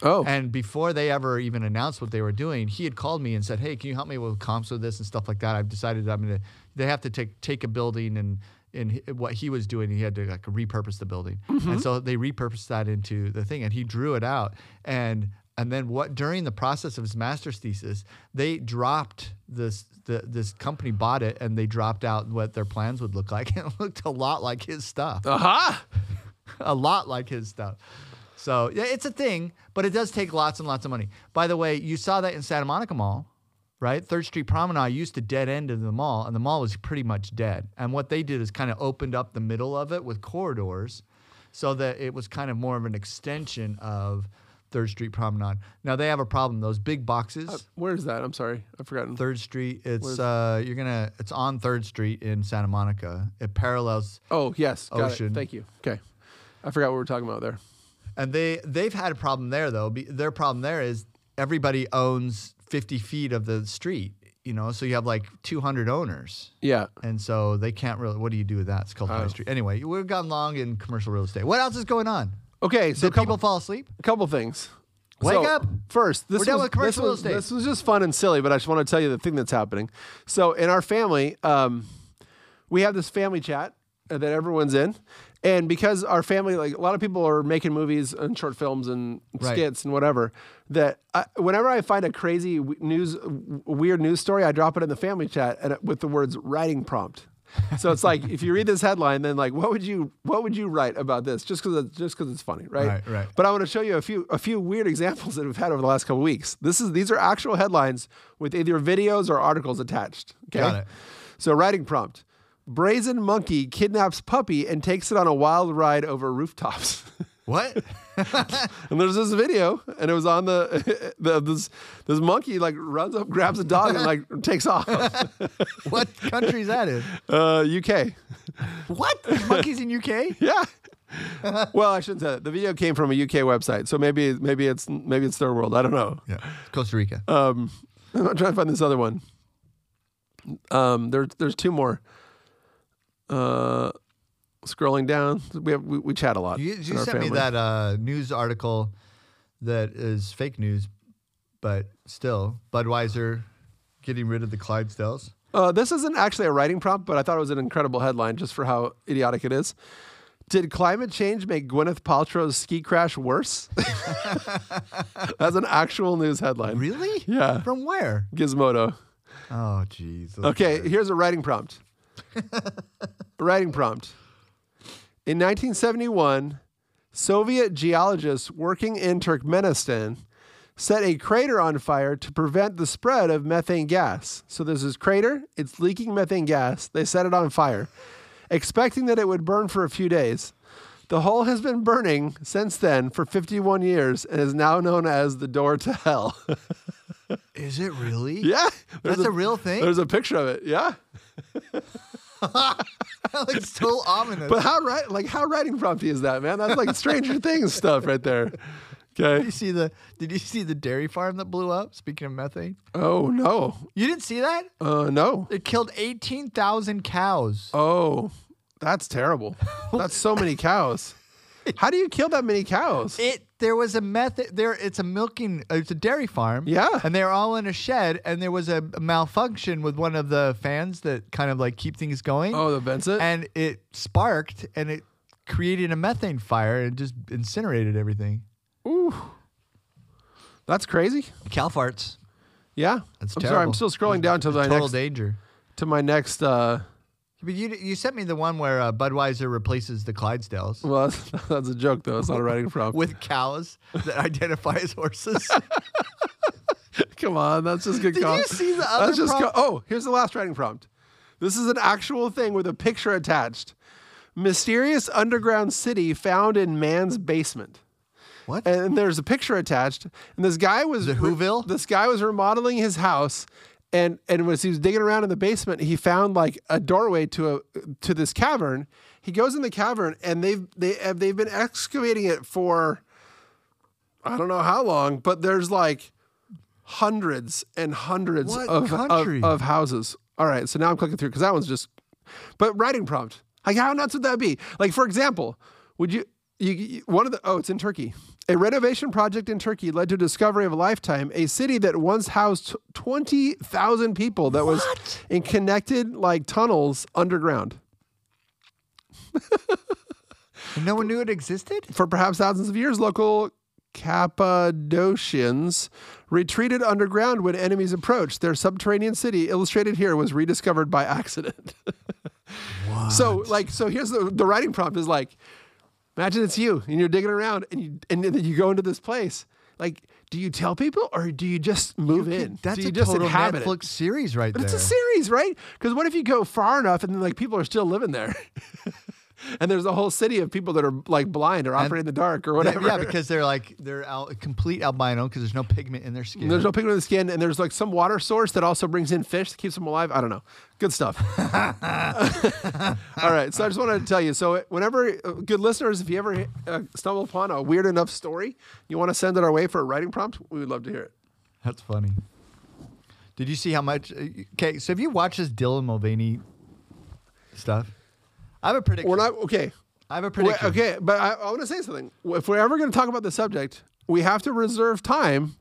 Oh,
And before they ever even announced what they were doing, he had called me and said, "Hey, can you help me with comps with this and stuff like that? I've decided I'm gonna. They have to take take a building and." And h- what he was doing, he had to like repurpose the building, and so they repurposed that into the thing. And he drew it out, and and then what during the process of his master's thesis, they dropped this the, this company bought it, and they dropped out what their plans would look like, <laughs> and it looked a lot like his stuff
aha!
a lot like his stuff. So yeah, it's a thing, but it does take lots and lots of money. By the way, you saw that in Santa Monica Mall, right? Third Street Promenade used to dead end of the mall, and the mall was pretty much dead. And what they did is kind of opened up the middle of it with corridors, so that it was kind of more of an extension of Third Street Promenade. Now they have a problem; those big boxes.
Where is that? I'm sorry, I've forgotten.
Third Street, it's uh, you're gonna, it's on Third Street in Santa Monica. It parallels
Oh yes, got it.
Ocean.
Thank you. Okay, I forgot what we were talking about there.
And they they've had a problem there though. Be, their problem there is everybody owns 50 feet of the street, you know. So you have like 200 owners,
Yeah.
and so they can't really. What do you do with that? It's called
Oh.
high street. Anyway, we've gone long in commercial real estate. What else is going on?
Okay, so
Did
a couple,
people fall asleep?
couple things.
Wake
So,
up.
First, this
We're done
was,
with commercial
this was-
real estate.
This was just fun and silly, but I just want to tell you the thing that's happening. So in our family, um, we have this family chat that everyone's in, and because our family, like a lot of people are making movies and short films and
Right.
skits and whatever, that I, whenever I find a crazy w- news, w- weird news story, I drop it in the family chat and it, with the words "writing prompt." So it's like if you read this headline, then like what would you what would you write about this? Just because just because it's funny, right?
Right, right.
But I want to show you a few a few weird <laughs> examples that we've had over the last couple weeks. This is these are actual headlines with either videos or articles attached. Okay?
Got it.
So writing prompt: Brazen monkey kidnaps puppy and takes it on a wild ride over rooftops. <laughs>
What?
And there's this video, and it was on the, <laughs> the this this monkey like runs up, grabs a dog, and like takes
<laughs>
off.
<laughs> what country's that in?
Uh, UK,
What? There's monkeys
<laughs>
in UK?
yeah. well, I shouldn't say that. The video came from a UK website, so maybe maybe it's maybe it's third world. I don't know.
Yeah. Costa Rica.
Um, I'm trying to find this other one. Um, there, there's two more. Uh, scrolling down, we have we, we chat a lot.
you
in
you
our
sent me
family.
that uh, news article that is fake news, but still Budweiser getting rid of the Clydesdales.
Uh, this isn't actually a writing prompt, but I thought it was an incredible headline just for how idiotic it is. Did climate change make Gwyneth Paltrow's ski crash worse? <laughs> That's an actual news headline.
Really?
Yeah.
From where?
Gizmodo.
Oh, jeez. those
Okay,
guys.
here's a writing
<laughs>
prompt. writing prompt. In 1971, Soviet geologists working in Turkmenistan set a crater on fire to prevent the spread of methane gas. So there's this crater, it's leaking methane gas. They set it on fire, expecting that it would burn for a few days. The hole has been burning since then for 51 years and is now known as the door to hell. <laughs>
Is it really?
yeah. there's
That's a, real thing?
There's a picture of it. Yeah.
<laughs> that
<laughs>
looks so ominous.
But how right like how writing prompty is that, man? That's like
<laughs>
Stranger Things stuff right there.
Did
Okay.
you see the did you see the dairy farm that blew up? Speaking of methane.
Oh no.
You didn't see that?
Uh no.
It killed eighteen thousand cows.
Oh, that's terrible. That's so many cows. How do you kill that many cows?
It there was a method there. It's a milking. uh, It's a dairy farm.
Yeah.
and they're all in a shed, and there was a malfunction with one of the fans that kind of like keep things going.
Oh, the Benson.
and it sparked, and it created a methane fire and just incinerated everything.
Ooh. That's crazy.
Cow farts.
Yeah.
That's
I'm sorry.
terrible.
I'm still scrolling down to my
Total
next
danger.
to my next uh
But you you sent me the one where uh, Budweiser replaces the
<laughs>
Clydesdales
well that's, that's a joke though. It's not a writing prompt.
with cows that identify
<laughs>
as horses.
Come on, that's just good.
Did
cop.
you see the other
That's just co-
prompt?
oh, here's the last writing prompt. This is an actual thing with a picture attached. Mysterious underground city found in man's basement.
what?
And there's a picture attached. And this guy was
it Whoville?
This guy was remodeling his house, and and as he was digging around in the basement, he found like a doorway to a to this cavern. He goes in the cavern, and they've they have they've been excavating it for I don't know how long, but there's like hundreds and hundreds
What
of, of
country?
of houses. All right, so now I'm clicking through because that one's just. But writing prompt, like how nuts would that be? Like for example, would you? You, you, one of the oh, it's in Turkey. A renovation project in Turkey led to discovery of a lifetime. A city that once housed twenty thousand people that was in connected like tunnels underground
And no one knew it existed.
for perhaps thousands of years. Local Cappadocians retreated underground when enemies approached. Their subterranean city, illustrated here, was rediscovered by accident. <laughs> So like so here's the the writing prompt is like imagine it's you and you're digging around and you and then you go into this place. Like, do you tell people or do you just move in?
That's
do you
a
just
total
inhabit it?
Netflix series right
But
there.
it's a series, right? Because what if you go far enough and then like people are still living there? <laughs> and there's a whole city of people that are like blind or operating in the dark or whatever. <laughs>
Yeah, because they're like they're al- complete albino because there's no pigment in their skin.
there's no pigment in the skin, and there's like some water source that also brings in fish that keeps them alive. I don't know. Good
<laughs>
stuff. <laughs> All right, so I just wanted to tell you. So, whenever uh, good listeners, if you ever uh, stumble upon a weird enough story, you want to send it our way for a writing prompt, we would love to hear it.
That's funny. Did you see how much? Okay, so have you watched this Dylan Mulvaney stuff? I have a prediction.
We're not okay.
I have a
Wait,
prediction.
okay, but I, I want to say something. If we're ever going to talk about the subject, we have to reserve time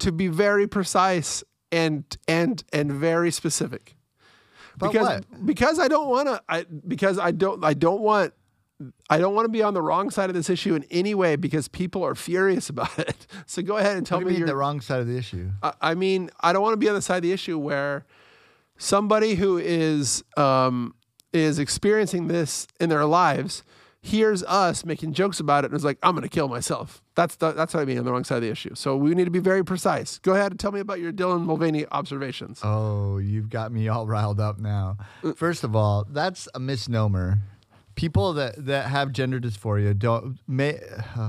to be very precise and and and very specific.
About
because
what?
because I don't want to. I because I don't I don't want. I don't want to be on the wrong side of this issue in any way because people are furious <laughs> about it. So go ahead and tell
I
me
mean
your.
the wrong side of the issue.
I, I mean, I don't want to be on the side of the issue where somebody who is um, is experiencing this in their lives hears us making jokes about it and is like, I'm going to kill myself. That's the, that's what I mean on the wrong side of the issue. So we need to be very precise. Go ahead and tell me about your Dylan Mulvaney observations.
Oh, you've got me all riled up now. First of all, that's a misnomer. People that, that have gender dysphoria don't may uh,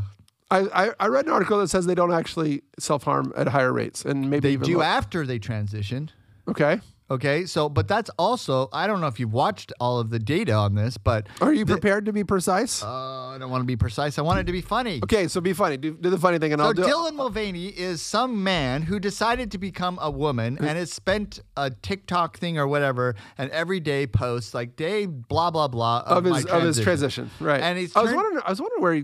I, I, I read an article that says they don't actually self harm at higher rates and maybe
they
even
do
low-
after they transition.
okay.
Okay, so but that's also I don't know if you've watched all of the data on this, but
Are you prepared to be precise?
uh, I don't want to be precise. I want it to be funny.
okay, so be funny. Do, do the funny thing, and
So
I'll do.
Dylan Mulvaney is some man who decided to become a woman and has spent a TikTok thing or whatever, and every day posts like day blah blah blah
of
of, my
his of his transition, right?
And he's
I was
turned-
wondering. I was wondering where he.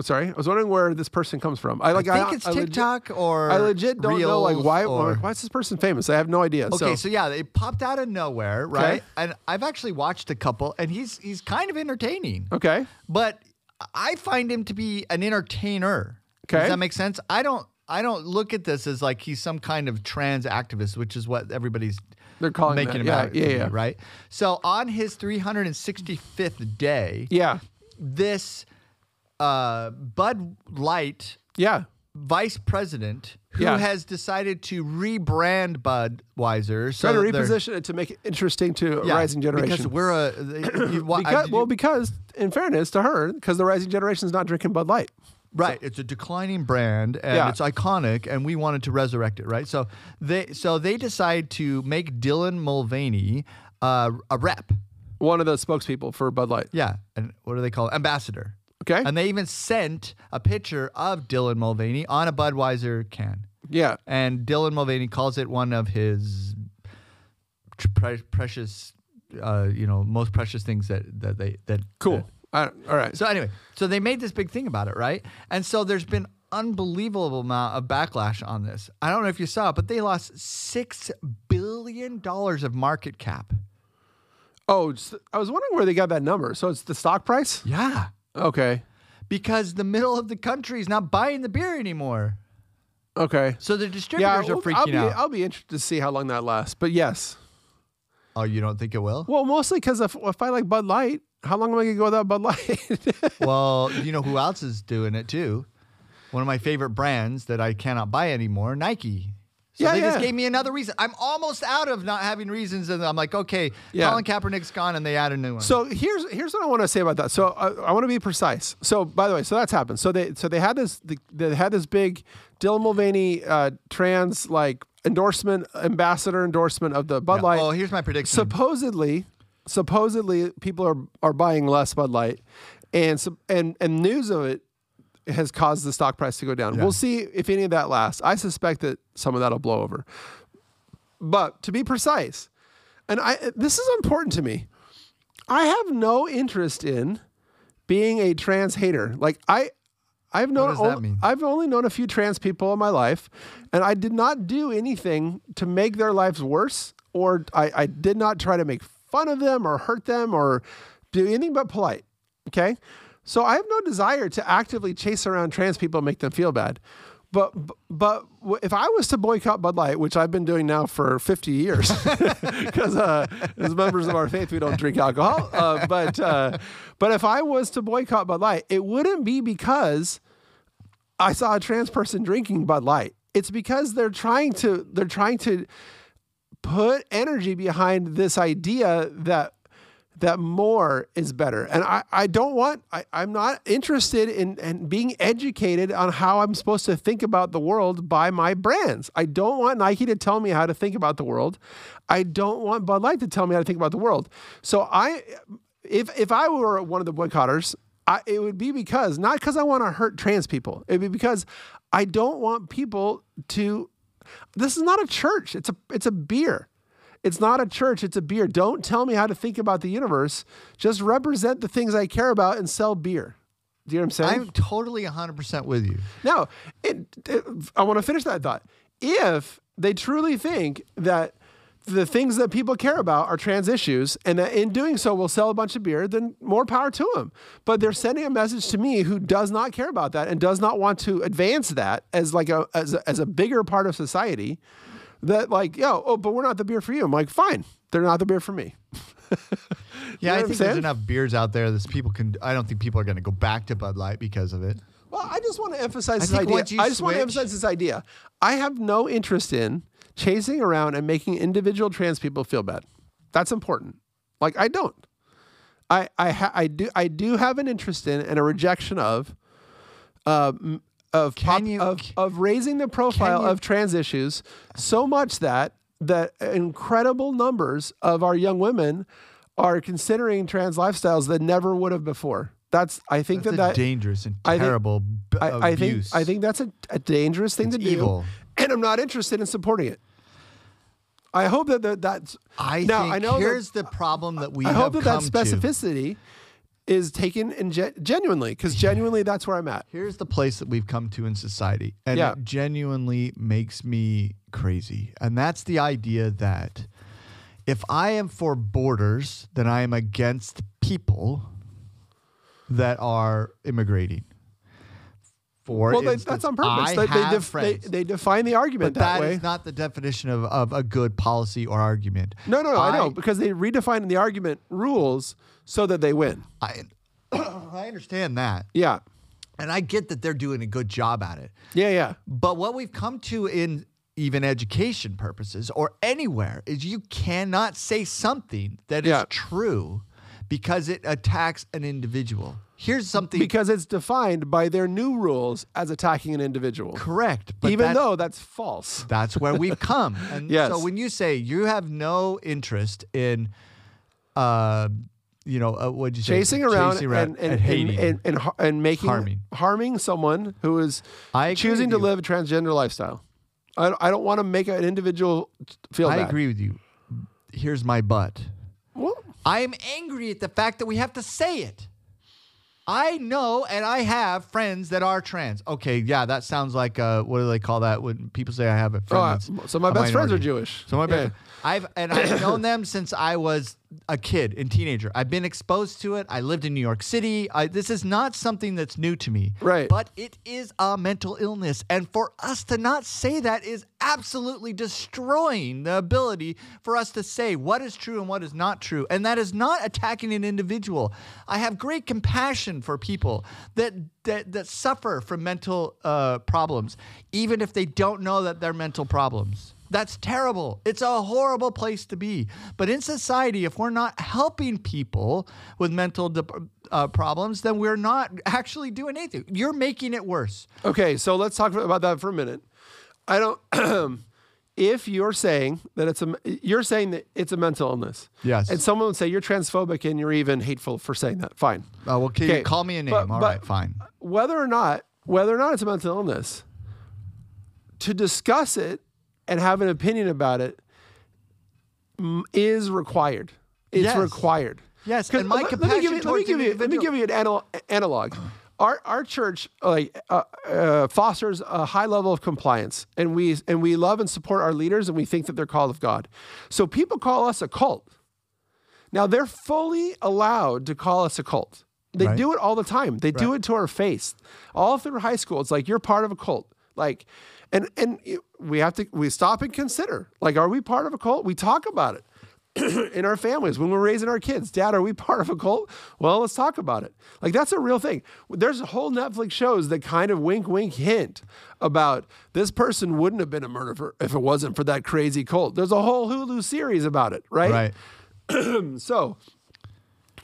Sorry, I was wondering where this person comes from. I like.
I think it's
legit-
TikTok or
I legit don't know like
Reels
why
or-
why is this person famous? I have no idea.
Okay, so,
so
yeah, they popped out of nowhere, right? And I've actually watched a couple, and he's he's kind of entertaining.
okay,
but I find him to be an entertainer.
Okay.
Does that make sense? I don't I don't look at this as like he's some kind of trans activist, which is what everybody's
They're calling
making
that.
him
Yeah,
out to
yeah,
be,
yeah.
right? So on his 365th day,
yeah,
this uh, Bud Light
yeah,
vice president who
Yeah.
has decided to rebrand Budweiser so
trying to
they're-
reposition it to make it interesting to a
yeah,
rising generation.
because
<coughs>
we're a they- you, wa- I-
Because-
did
well,
you-
because in fairness to her, because the rising generation is not drinking Bud Light.
Right. It's a declining brand and
Yeah.
it's iconic and we wanted to resurrect it, right? So they so they decide to make Dylan Mulvaney uh, a rep.
One of the spokespeople for Bud Light.
Yeah. And what do they call it? Ambassador.
Okay.
And they even sent a picture of Dylan Mulvaney on a Budweiser can.
yeah.
And Dylan Mulvaney calls it one of his pre- precious uh, you know, most precious things that that they that
Cool. I- all right.
so anyway, so they made this big thing about it, right? And so there's been unbelievable amount of backlash on this. I don't know if you saw, it, but they lost six billion dollars of market cap.
oh, s- I was wondering where they got that number. So it's the stock price.
Yeah,
Okay.
because the middle of the country is not buying the beer anymore,
Okay.
so the
Yeah,
distributors are
well,
freaking
I'll be,
out.
I'll be interested to see how long that lasts. But yes.
oh, you don't think it will?
Well, mostly because if, if I like Bud Light, how long am I gonna go without Bud Light? <laughs>
well, you know who else is doing it too? One of my favorite brands that I cannot buy anymore, Nike. So
Yeah,
they just
yeah.
gave me another reason. I'm almost out of not having reasons, and I'm like, okay,
Yeah.
Colin Kaepernick's gone, and they add a new one.
So here's here's what I want to say about that. So I, I want to be precise. So by the way, so that's happened. So they so they had this they, they had this big Dylan Mulvaney uh, trans like endorsement ambassador endorsement of the Bud
Yeah.
Light.
Oh, here's my prediction.
supposedly supposedly people are are buying less Bud Light, and sup- and and news of it has caused the stock price to go down. We'll see if any of that lasts. I suspect that some of that'll blow over. But to be precise, and I this is important to me. I have no interest in being a trans hater. Like I I've known
does that
on-
mean?
I've only known a few trans people in my life and I did not do anything to make their lives worse or I, I did not try to make fun of them or hurt them or do anything but polite. Okay? So I have no desire to actively chase around trans people and make them feel bad. But but if I was to boycott Bud Light, which I've been doing now for 50
<laughs>
years, because uh, as members of our faith we don't drink alcohol, uh, but uh, but if I was to boycott Bud Light, it wouldn't be because I saw a trans person drinking Bud Light. It's because they're trying to they're trying to put energy behind this idea that that more is better. And I, I don't want I, I'm not interested in, in being educated on how I'm supposed to think about the world by my brands. I don't want Nike to tell me how to think about the world. I don't want Bud Light to tell me how to think about the world. So I if if I were one of the boycotters, I, it would be because not because I want to hurt trans people. It'd be because I don't want people to this is not a church. It's a it's a beer. It's not a church, it's a beer. Don't tell me how to think about the universe. Just represent the things I care about and sell beer. Do you know what I'm saying?
I'm totally 100% with you.
Now, it, it- I want to finish that thought. If they truly think that the things that people care about are trans issues and that in doing so will sell a bunch of beer, then more power to them. But they're sending a message to me who does not care about that and does not want to advance that as like a as a, as a bigger part of society that like, yo, oh, but we're not the beer for you. I'm like, fine. They're not the beer for me.
Yeah,
know
I
what I'm
think
saying?
there's enough beers out there that people can. I don't think people are going to go back to Bud Light because of it.
Well, I just want to emphasize
I
this
think
idea.
once you
I just want to
switch-
emphasize this idea. I have no interest in chasing around and making individual trans people feel bad. That's important. Like I don't. I I ha- I do I do have an interest in and a rejection of uh, m- of pop,
Can you-
of of raising the profile
you-
of trans issues so much that that incredible numbers of our young women are considering trans lifestyles that never would have before. That's I think
That's a
that that
dangerous and
I think-
terrible b-
I, I think
abuse.
I think that's a, a dangerous thing
It's
to do,
evil.
and I'm not interested in supporting it. I hope that that that's.
I
now,
think
I know that-
here's the problem that we
I
have
hope that that
come to.
specificity is taken in ge- genuinely, because genuinely that's where I'm at.
Here's the place that we've come to in society, and
Yeah.
it genuinely makes me crazy. And that's the idea that if I am for borders, then I am against people that are immigrating. For
Well, they,
instance,
that's on purpose. They,
I
they,
have
def- they,
friends.
they define the argument
But that
that way.
is not the definition of, of a good policy or argument.
no, no, no. I, know
I-
because they redefine the argument rules so that they win.
I, <coughs> I understand that.
Yeah,
And I get that they're doing a good job at it.
yeah, yeah.
But what we've come to in even education purposes or anywhere is you cannot say something that is
Yeah.
true because it attacks an individual. Here's something
Because it's defined by their new rules as attacking an individual,
correct, but
even
that-
though that's false.
that's where
<laughs>
we've come. And
Yes.
so when you say you have no interest in, uh, you know, uh, what'd you say?
chasing around, and, and,
hating.
and, and, and, har- and making
Harming.
harming someone who is
I agree
choosing
with
to
you.
live a transgender lifestyle. I don't, I don't want to make an individual feel
I
bad.
agree with you. Here's my butt.
Well,
I am angry at the fact that we have to say it. I know, and I have friends that are trans. Okay, yeah, that sounds like uh, what do they call that when people say I have a
oh,
friend?
I-
that's
so my
a
best friends are
minority.
Jewish.
So my
Yeah.
best, I've and I've known them since I was a kid and teenager. I've been exposed to it. I lived in New York City. I, this is not something that's new to me.
Right.
But it is a mental illness, and for us to not say that is absolutely destroying the ability for us to say what is true and what is not true, and that is not attacking an individual. I have great compassion for people that that that suffer from mental uh, problems, even if they don't know that they're mental problems. That's terrible. It's a horrible place to be. But in society, if we're not helping people with mental de- uh, problems, then we're not actually doing anything. You're making it worse.
Okay, so let's talk about that for a minute. I don't. <clears throat> if you're saying that it's a, you're saying that it's a mental illness.
Yes.
And someone would say you're transphobic and you're even hateful for saying that. Fine.
Uh, well, can
Okay,
you call me a name? All
but-
right,
but-
fine.
whether or not whether or not it's a mental illness to discuss it and have an opinion about it m- is required it's
Yes.
required
Yes,
'Cause
and my
let- let, me
compassion
give you, let me
towards
give
an
you let me
individual-
give you an anal- analog our our church like uh, uh, fosters a high level of compliance and we and we love and support our leaders and we think that they're called of God so people call us a cult now they're fully allowed to call us a cult. They
Right.
do it all the time. They do it to our face. All through high school, it's like you're part of a cult. Like, and and it- we have to we stop and consider. Like, are we part of a cult? We talk about it <clears throat> in our families when we're raising our kids. Dad, are we part of a cult? Well, let's talk about it. Like that's a real thing. There's whole Netflix shows that kind of wink, wink, hint about this person wouldn't have been a murderer if it wasn't for that crazy cult. There's a whole Hulu series about it, right?
Right.
So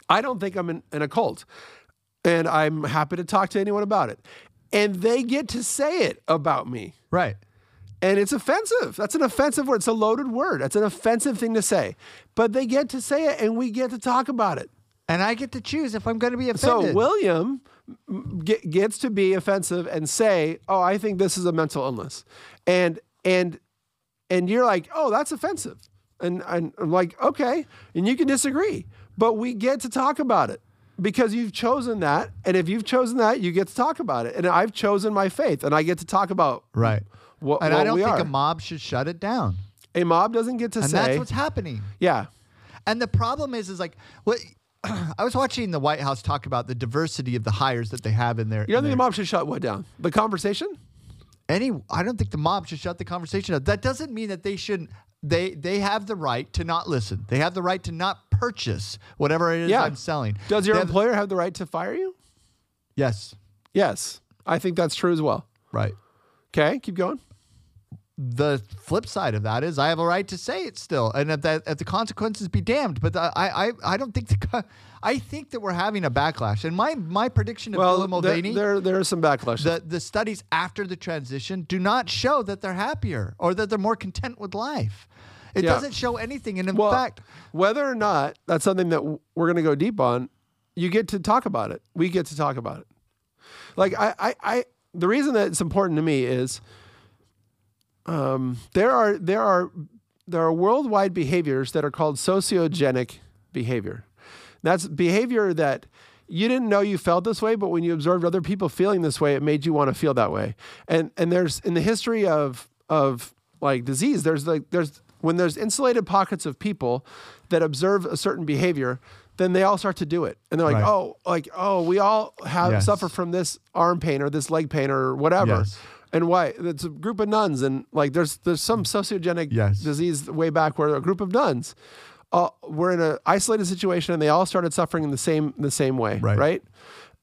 I don't think I'm in, in a cult. And I'm happy to talk to anyone about it. And they get to say it about me.
Right.
And it's offensive. That's an offensive word. It's a loaded word. That's an offensive thing to say. But they get to say it and we get to talk about it.
And I get to choose if I'm going to be
So
offended.
William ge- gets to be offensive and say, "Oh, I think this is a mental illness," and and and you're like, "Oh, that's offensive," and and I'm like, "Okay," and you can disagree, but we get to talk about it because you've chosen that, and if you've chosen that, you get to talk about it, and I've chosen my faith, and I get to talk about
right.
what,
and
what
I don't
we
think
are.
a mob should shut it down.
A mob doesn't get to
And
say,
that's what's happening.
"Yeah,
And the problem is, is like what <clears throat> I was watching the White House talk about the diversity of the hires that they have in there.
you don't think the mob should shut what down? The conversation."
any I don't think the mob should shut the conversation up. That doesn't mean that they shouldn't they they have the right to not listen. They have the right to not purchase whatever it is
Yeah.
I'm selling.
Does your
They have-
employer have the right to fire you?
Yes.
Yes. I think that's true as well.
Right.
Okay, keep going.
the flip side of that is I have a right to say it still, and if that if the consequences be damned. But the, I, I I don't think the co- I think that we're having a backlash. And my my prediction of Bill
Well, there,
Mulvaney,
there, there are some backlash.
the the studies after the transition do not show that they're happier or that they're more content with life. It
Yeah.
doesn't show anything, and in
well,
fact,
whether or not that's something that w- we're going to go deep on, you get to talk about it. We get to talk about it. Like I, I, I the reason that it's important to me is, um, there are there are there are worldwide behaviors that are called sociogenic behavior. That's behavior that you didn't know you felt this way, but when you observed other people feeling this way, it made you want to feel that way. And and there's in the history of of like disease, there's like there's when there's insulated pockets of people that observe a certain behavior, then they all start to do it. And they're like,
Right.
oh, like, oh, we all have
Yes.
suffer from this arm pain or this leg pain or whatever.
Yes.
And why? It's a group of nuns, and like there's there's some sociogenic
Yes.
disease way back where a group of nuns uh, were in an isolated situation, and they all started suffering in the same the same way,
Right.
right?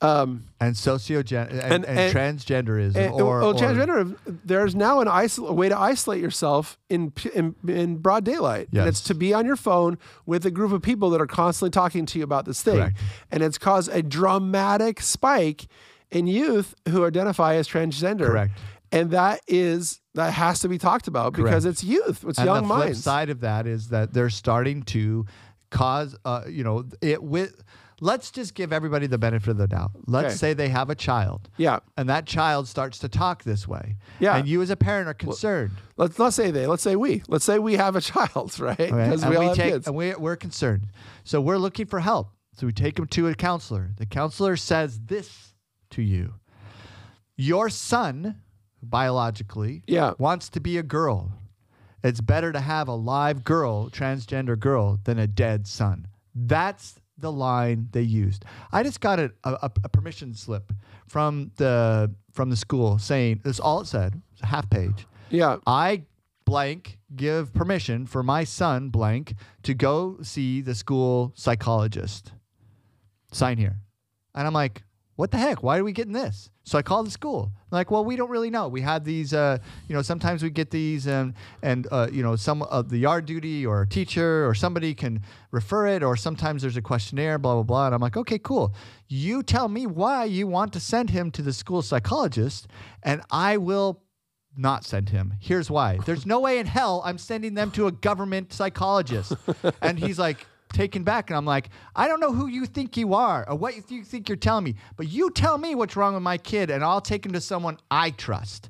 and sociogen
and-
and, and, transgenderism
And,
or,
well,
or-
transgender, there's now an isol- a way to isolate yourself in p- in, in broad daylight, and it's
Yes.
to be on your phone with a group of people that are constantly talking to you about this thing,
Correct.
and it's caused a dramatic spike in youth who identify as transgender.
Correct.
And that is that has to be talked about because
Correct.
it's youth, it's
and
young
the flip
minds.
side of that is that they're starting to cause uh, you know it with let's just give everybody the benefit of the doubt let's
Okay.
say they have a child
Yeah.
and that child starts to talk this way
Yeah.
and you as a parent are concerned
Let's not say they. Let's say we. Let's say we have a <laughs> child, right?
okay?
Because
and
we all
we
have
take
kids.
and we, we're concerned so we're looking for help so we take them to a counselor the counselor says this to you your son biologically
Yeah.
wants to be a girl it's better to have a live girl transgender girl than a dead son that's the line they used i just got a, a, a permission slip from the from the school saying this all it said it was a half page
Yeah.
I blank give permission for my son blank to go see the school psychologist. Sign here. And I'm like, what the heck? Why are we getting this? So I call the school. They're like, well, we don't really know. We had these, uh, you know, sometimes we get these, and and uh, you know, some of the yard duty or a teacher or somebody can refer it, or sometimes there's a questionnaire, blah blah blah. And I'm like, okay, cool. You tell me why you want to send him to the school psychologist, and I will not send him. Here's why. There's no way in hell I'm sending them to a government psychologist. and he's like taken back. And I'm like, I don't know who you think you are or what you th- you think you're telling me, but you tell me what's wrong with my kid and I'll take him to someone I trust.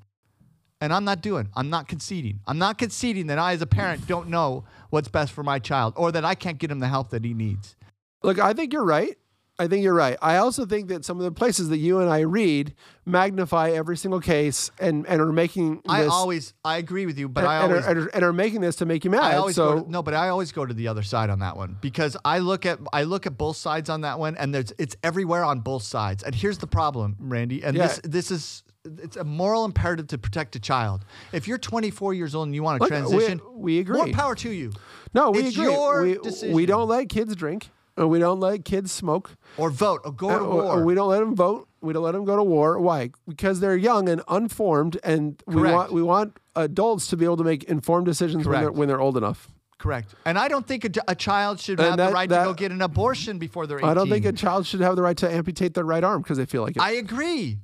And I'm not doing, I'm not conceding. I'm not conceding that I, as a parent, don't know what's best for my child or that I can't get him the help that he needs.
Look, I think you're right. I think you're right. I also think that some of the places that you and I read magnify every single case and and are making this,
I always, I agree with you, but
and,
I
and
always.
are, and are- and are making this to make you
I
mad.
always
So
go to, no, but I always go to the other side on that one because I look at I look at both sides on that one, and there's it's everywhere on both sides. And here's the problem, Randy, and
Yeah.
this this is it's a moral imperative to protect a child. If you're 24 years old and you want to
Look, we-
transition,
we agree.
More power to you,
no, we
it's
agree.
your
we, we
decision.
don't let kids drink. And we don't let kids smoke.
or vote, or go to
or,
war.
or Uh, we don't let them vote. We don't let them go to war. Why? Because they're young and unformed, and we
Correct.
want we want adults to be able to make informed decisions when they're,
Correct.
when they're old enough.
Correct. And I don't think a, a child should
And
have
that-
the right
that-
to go get an abortion before they're 18.
I don't think a child should have the right to amputate their right arm because they feel like it.
I agree.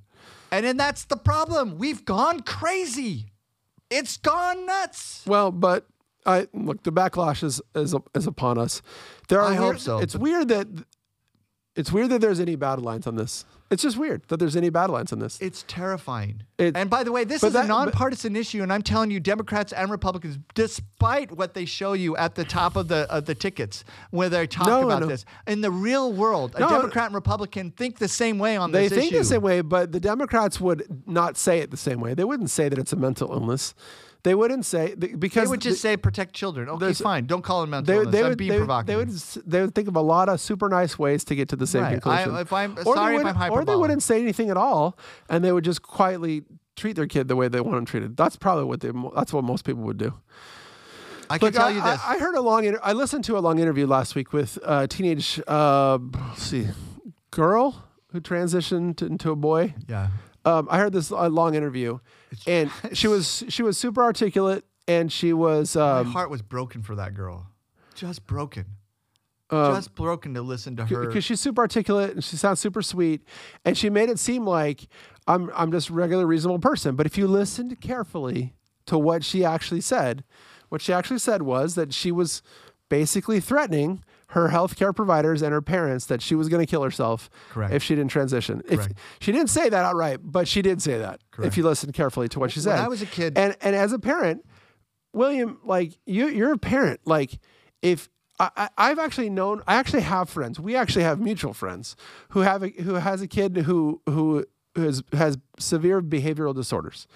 And then that's the problem. We've gone crazy. It's gone nuts.
Well, but I look the backlash is is, is upon us. There are
I hope
weird-
so.
It's weird that it's weird that there's any battle lines on this. It's just weird that there's any battle lines on this.
It's terrifying.
It-
and by the way, this
but
is
that-
a
but-
nonpartisan issue, and I'm telling you, Democrats and Republicans, despite what they show you at the top of the of the tickets, where they talk
No,
about
no.
this, in the real world, a
No,
Democrat and Republican think the same way on
They
this
think
issue.
the same way, but the Democrats would not say it the same way. They wouldn't say that it's a mental illness. They wouldn't say because
They would just say protect children. Okay, fine. Don't call it mental
they,
illness.
they
I'm
would
being
they, would-
provocative.
they would s- they would think of a lot of super nice ways to get to the same
Right. I-
conclusion.
if I'm-
or
sorry
they
if I'm
wouldn't- or they
hyperbolic.
wouldn't say anything at all, and they would just quietly treat their kid the way they want them treated. That's probably what they mo- that's what most people would do.
I can
Look,
tell
I,
you
I-
this.
I, heard a long. Inter- I listened to a long interview last week with a teenage, uh, let's see, girl who transitioned into a boy.
yeah.
Um, I heard this uh, long interview, and she was she was super articulate, and she was
My
um,
heart was broken for that girl. Just broken.
Um,
Just broken to listen to her.
because she's super articulate and she sounds super sweet, and she made it seem like I'm I'm just a regular reasonable person. But if you listened carefully to what she actually said, what she actually said was that she was basically threatening her healthcare providers and her parents that she was going to kill herself
Correct.
if she didn't transition. If
Correct.
she didn't say that outright, but she did say that. If
Correct.
you listened carefully to what she said.
I was a kid-
and and as a parent, William, like you, you're a parent. Like if I, I, I've actually known, I actually have friends. We actually have mutual friends who have a, who has a kid who who has has severe behavioral disorders,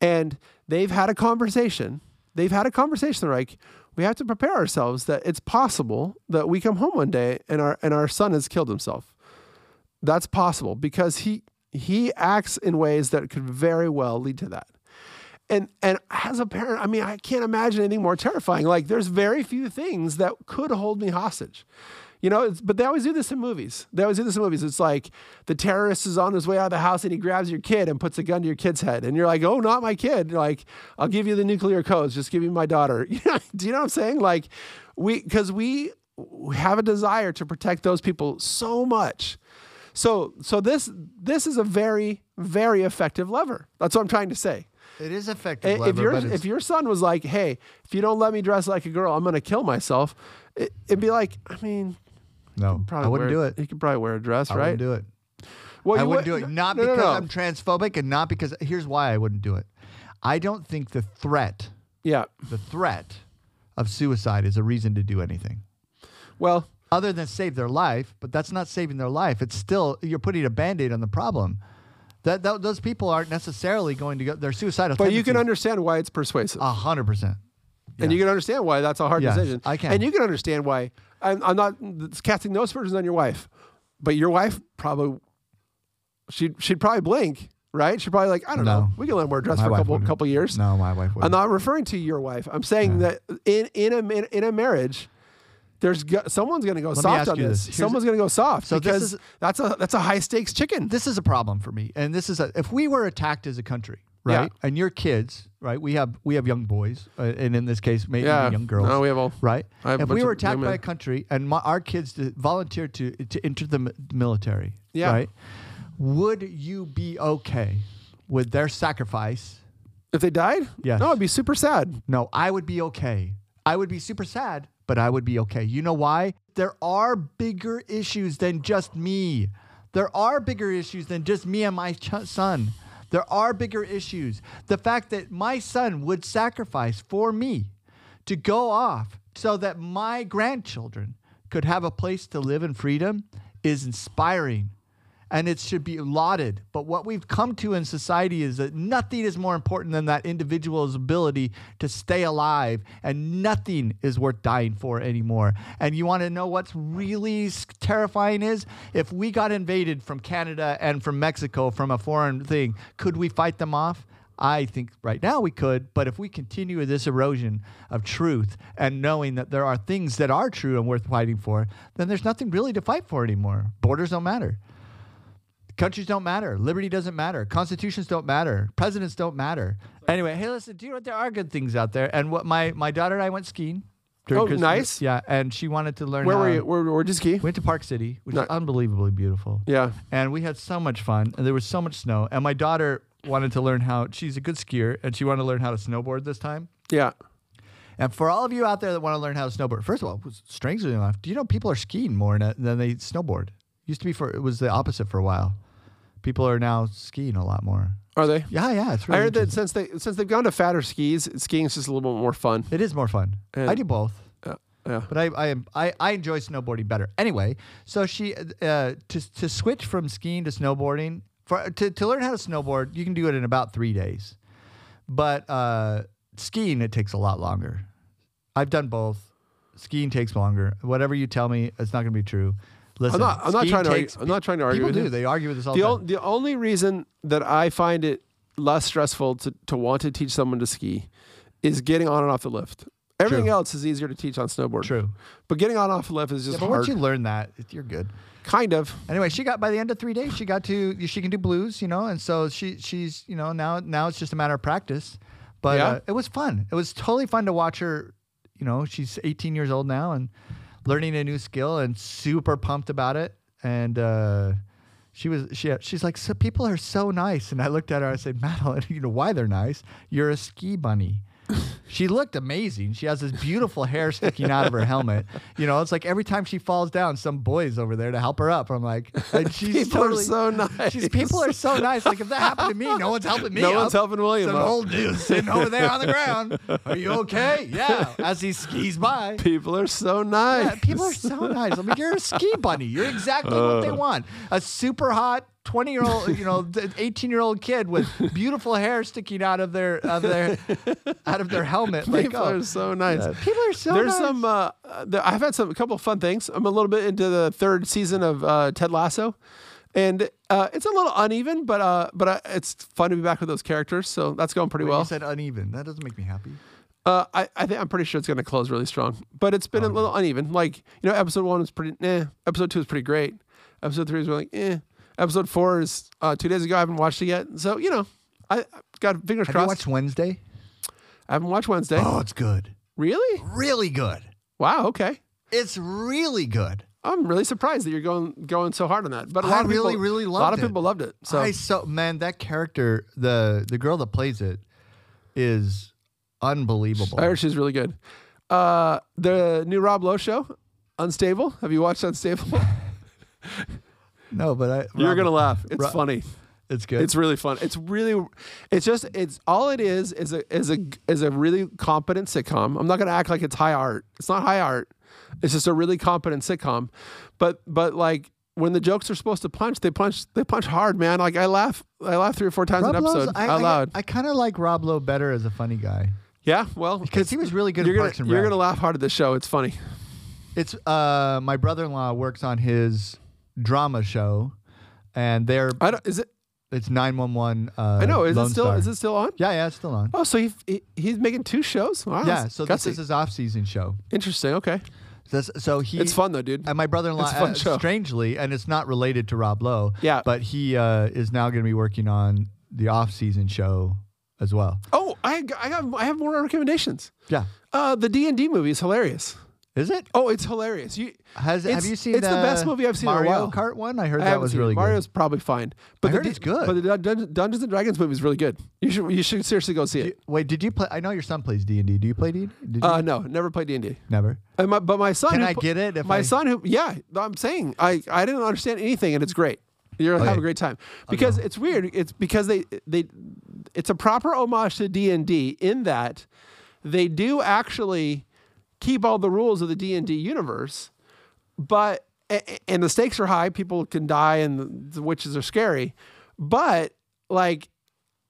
and they've had a conversation. They've had a conversation. They're like, we have to prepare ourselves that it's possible that we come home one day and our and our son has killed himself. That's possible because he he acts in ways that could very well lead to that and and as a parent, I mean, I can't imagine anything more terrifying. Like, there's very few things that could hold me hostage. You know, it's, but they always do this in movies. They always do this in movies. It's like the terrorist is on his way out of the house and he grabs your kid and puts a gun to your kid's head. And you're like, oh, not my kid. You're like, I'll give you the nuclear codes. Just give me my daughter. <laughs> You know, do you know what I'm saying? Like, we, because we we have a desire to protect those people so much. So, so this this is a very very effective lever. That's what I'm trying to say.
it is
I-
effective.
Eh, if
lever,
your
but it's-
if your son was like, "Hey, if you don't let me dress like a girl, I'm gonna kill myself," it, it'd be like, I mean,
no,
probably
I wouldn't do
wear-
it.
You could probably wear a dress,
I
right?
wouldn't do it.
Well,
I
you
wouldn't
would-
do it. Not
no, no,
because
no.
I'm transphobic and not because here's why I wouldn't do it. I don't think the threat,
yeah.
the threat of suicide is a reason to do anything.
Well,
Other than save their life, but that's not saving their life. It's still you're putting a band-aid on the problem. That, that those people aren't necessarily going to go their suicidal
but you can
tendencies-
understand why it's persuasive,
a hundred percent.
and you can understand why that's a hard
Yes,
decision.
I can.
and you can understand why. I'm, I'm not it's casting no aspersions on your wife, but your wife probably she she'd probably blink, right? She'd probably like, I don't
No.
know, we can let him wear a dress
My
for a
wife
couple
wouldn't.
couple years.
No, my wife would.
I'm not referring to your wife. I'm saying that in in a in, in a marriage, there's go, someone's going to go soft
ask
on
you
this.
this. Here's-
Someone's going to go soft
So this
because
is-
that's a that's a high stakes chicken.
this is a problem for me and this is a, if we were attacked as a country
Yeah.
right and your kids right we have we have young boys uh, and in this case maybe
Yeah.
young girls
No, we have all-
right
I have a
if
bunch
we were
of young
attacked by
men.
a country and my, our kids to volunteer to to enter the mi- military
Yeah.
right would you be okay with their sacrifice
If they died,
Yes.
no, it'd be super sad.
no, I would be okay. I would be super sad, but I would be okay. You know why? There are bigger issues than just me. There are bigger issues than just me and my ch- son. There are bigger issues. The fact that my son would sacrifice for me to go off so that my grandchildren could have a place to live in freedom is inspiring and it should be lauded. But what we've come to in society is that nothing is more important than that individual's ability to stay alive, and nothing is worth dying for anymore. And you want to know what's really s- terrifying is if we got invaded from Canada and from Mexico from a foreign thing, could we fight them off? I think right now we could, but if we continue this erosion of truth and knowing that there are things that are true and worth fighting for, then there's nothing really to fight for anymore. Borders don't matter. Countries don't matter. Liberty doesn't matter. Constitutions don't matter. Presidents don't matter. Anyway, hey, listen, do you know what? There are good things out there. And what my, my daughter and I went skiing. during
Oh,
Christmas.
nice.
Yeah, and she wanted to learn.
Where
how-
were you? Where were you ski?
Went to Park City, which
Ni-
is unbelievably beautiful.
Yeah.
And we had so much fun, and there was so much snow. And my daughter wanted to learn how. She's a good skier, and she wanted to learn how to snowboard this time.
Yeah.
And for all of you out there that want to learn how to snowboard, first of all, strangely enough, do you know people are skiing more na- than they snowboard? Used to be for it was the opposite for a while. People are now skiing a lot more.
Are they?
Yeah, yeah, it's
I
really
heard that
interesting.
since they since they've gone to fatter skis, skiing's just a little bit more fun.
it is more fun. I
And-
do both.
Yeah. yeah.
But I, I am I, I enjoy snowboarding better. Anyway, so she uh, to to switch from skiing to snowboarding for to, to learn how to snowboard, you can do it in about three days. But uh, skiing it takes a lot longer. I've done both. Skiing takes longer. Whatever you tell me, it's not going to be true.
I'm
Listen,
not. I'm not
skiing
trying to. Argue,
takes-
I'm not trying to argue.
People
with
do.
you.
They argue with this all the,
The,
time.
ol the only reason that I find it less stressful to, to want to teach someone to ski is getting on and off the lift. Everything else is easier to teach on snowboard.
True.
But getting on off a lift is just
Yeah, but
hard.
once you learn that, it- you're good.
kind of.
Anyway, she got by the end of three days. She got to she can do blues, you know, and so she she's you know now now it's just a matter of practice. But
Yeah.
uh, it was fun. It was totally fun to watch her. You know, she's 18 years old now and learning a new skill and super pumped about it. And uh, she was she she's like, so people are so nice. And I looked at her. I said, Madeline, <laughs> you know why they're nice? You're a ski
<laughs>
bunny. She looked amazing. She has this beautiful hair sticking out of her helmet. You know, it's like every time she falls down, some boy's over there to help her up.
<laughs>
I'm like, and she's
People are
totally,
so nice.
She's, people are so nice. Like if that happened to me, no
<laughs>
one's helping me.
No
up.
one's helping William
Some
up.
old <laughs> dude sitting over there on the ground. Are you okay?
<laughs>
Yeah. As he skis by.
People are so nice.
Yeah,
<laughs>
people are so nice. I'm like, you're a ski bunny. You're exactly what
Uh.
they want. A super hot 20 year old, you know, 18 year old kid with beautiful hair sticking out of their, of their, out of their helmet. Like,
people
oh,
are so nice.
people are so
There's
nice.
some. Uh, uh, there, I've had some a couple of fun things. I'm a little bit into the third season of uh, Ted Lasso, and uh, it's a little uneven, but uh, but uh, it's fun to be back with those characters. So that's going pretty
Wait,
well.
you said uneven. That doesn't make me happy.
Uh, I, I think I'm pretty sure it's going to close really strong, but it's
Um.
been a little uneven. Like you know, episode one was pretty eh. Episode two is pretty great. Episode three is really eh. Episode four is uh, two days ago. I haven't watched it yet, so you know, I I got fingers
Have you
crossed.
watched Wednesday?
I haven't watched
<gasps>
Wednesday.
Oh, it's good.
Really?
Really good.
Wow. Okay.
It's really good.
I'm really surprised that you're going going so hard on that. But a
I
lot of
really,
people,
really
a lot
loved
of
it.
people loved it. So
I so man, that character, the the girl that plays it, is unbelievable.
I heard she's really good. Uh, the new Rob Lowe show, Unstable. Have you watched Unstable?
no, but I
you're
Rob-
gonna laugh. It's
Rob-
funny.
It's good.
It's really fun. It's really, it's just, it's all it is is a is a is a really competent sitcom. I'm not gonna act like it's high art. It's not high art. It's just a really competent sitcom, but but like when the jokes are supposed to punch, they punch they punch hard, man. Like I laugh, I laugh three or four times
Rob
an
Lowe's-
episode
I,
out loud.
I, I kind of like Rob Lowe better as a funny guy
yeah, well,
because he was really good
you're
at
gonna
Parks and
you're
Rec.
gonna laugh hard at this show. It's funny.
It's uh, my brother-in-law works on his drama show, and they're
I don't. Is it?
it's nine one one. I
I know. Is it still? Is it still on?
Yeah, yeah, it's still on.
Oh, so he, he he's making two shows. Wow.
yeah, so
that's
this is his off-season show.
interesting. Okay,
So that's- so he
it's fun though, dude.
And my brother-in-law,
It's a fun
uh,
show.
strangely, and it's not related to Rob Lowe.
Yeah.
but he uh, is now going to be working on the off-season show as well.
oh, I I have I have more recommendations.
Yeah,
Uh, the D and D movie is hilarious.
is it?
Oh, it's hilarious. You
Has
it's-
have you seen? uh,
It's the, best movie I've seen
Mario
in a while.
Kart one.
I
I heard that
haven't
was
seen it.
really
Mario's probably fine, but
I
the
heard
D-
it's good.
But the Dun- Dun- Dungeons and Dragons movie is really good. You should you should seriously go see
good.
it.
Wait, did you play? I know your son plays D and D. Do you play D? Did you
Uh, no, never played D and D.
never?
And my, but my son,
Can
who
I
pl-
get it if
my
I-
son, who yeah, I'm saying I I didn't understand anything, and it's great. You're gonna have
Okay.
a great time because it's weird. It's because they they it's a proper homage to D and D in that they do actually keep all the rules of the D and D universe, but a- a- and the stakes are high. People can die, and the, the witches are scary, but like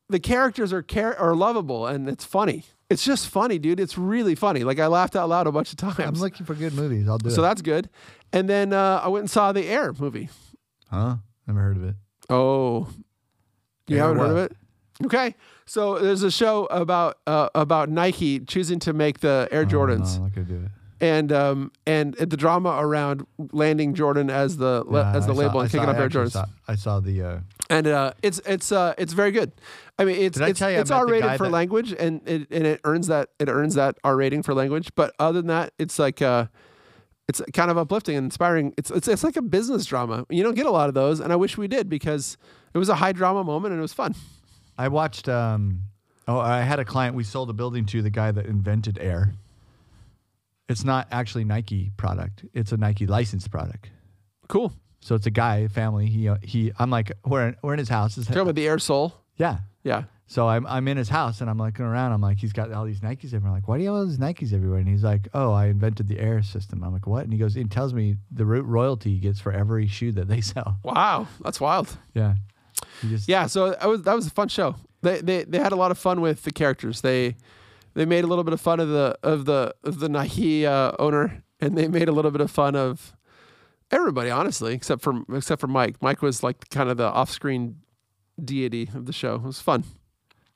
the characters are care are lovable and it's funny. It's just funny, dude. It's really funny. Like I laughed out loud a bunch of <laughs> times.
I'm looking for good movies. I'll do
so
it.
that's good. And then uh, I went and saw the Air movie.
huh? Never heard of it.
Oh, you
Air
haven't heard
what?
of it? Okay. So there's a show about uh, about Nike choosing to make the Air Jordans
Oh, No, I'm not gonna do it.
and um and the drama around landing Jordan as the le-
Nah,
as the
I saw-
label
I
and
saw-
picking up
I
Air
actually
Jordans.
saw- I saw the. Uh,
and uh, it's it's uh, it's very good. I mean, it's
Did I
it's,
tell you I
it's
met the
R
guy
rated for
that-
language, and it and it earns that it earns that R rating for language. But other than that, it's like uh, it's kind of uplifting and inspiring. It's it's it's like a business drama. You don't get a lot of those, and I wish we did because it was a high drama moment and it was fun.
I watched. Um, oh, I had a client we sold a building to the guy that invented Air. It's not actually Nike product. It's a Nike licensed product.
Cool.
So it's a guy, family. He uh, he. I'm like, we're in, we're in his house. It's-
Talking about the Air Soul.
yeah.
Yeah.
So I'm I'm in his house and I'm looking around. I'm like, he's got all these Nikes everywhere. I'm like, why do you have all these Nikes everywhere? And he's like, oh, I invented the Air system. I'm like, what? And he goes, he tells me the root royalty he gets for every shoe that they <laughs> sell.
Wow, that's wild.
Yeah. He just,
Yeah. So that was that was a fun show. They they they had a lot of fun with the characters. They they made a little bit of fun of the of the of the Nike uh, owner, and they made a little bit of fun of everybody, honestly, except for except for Mike. Mike was like kind of the off screen deity of the show. It was fun.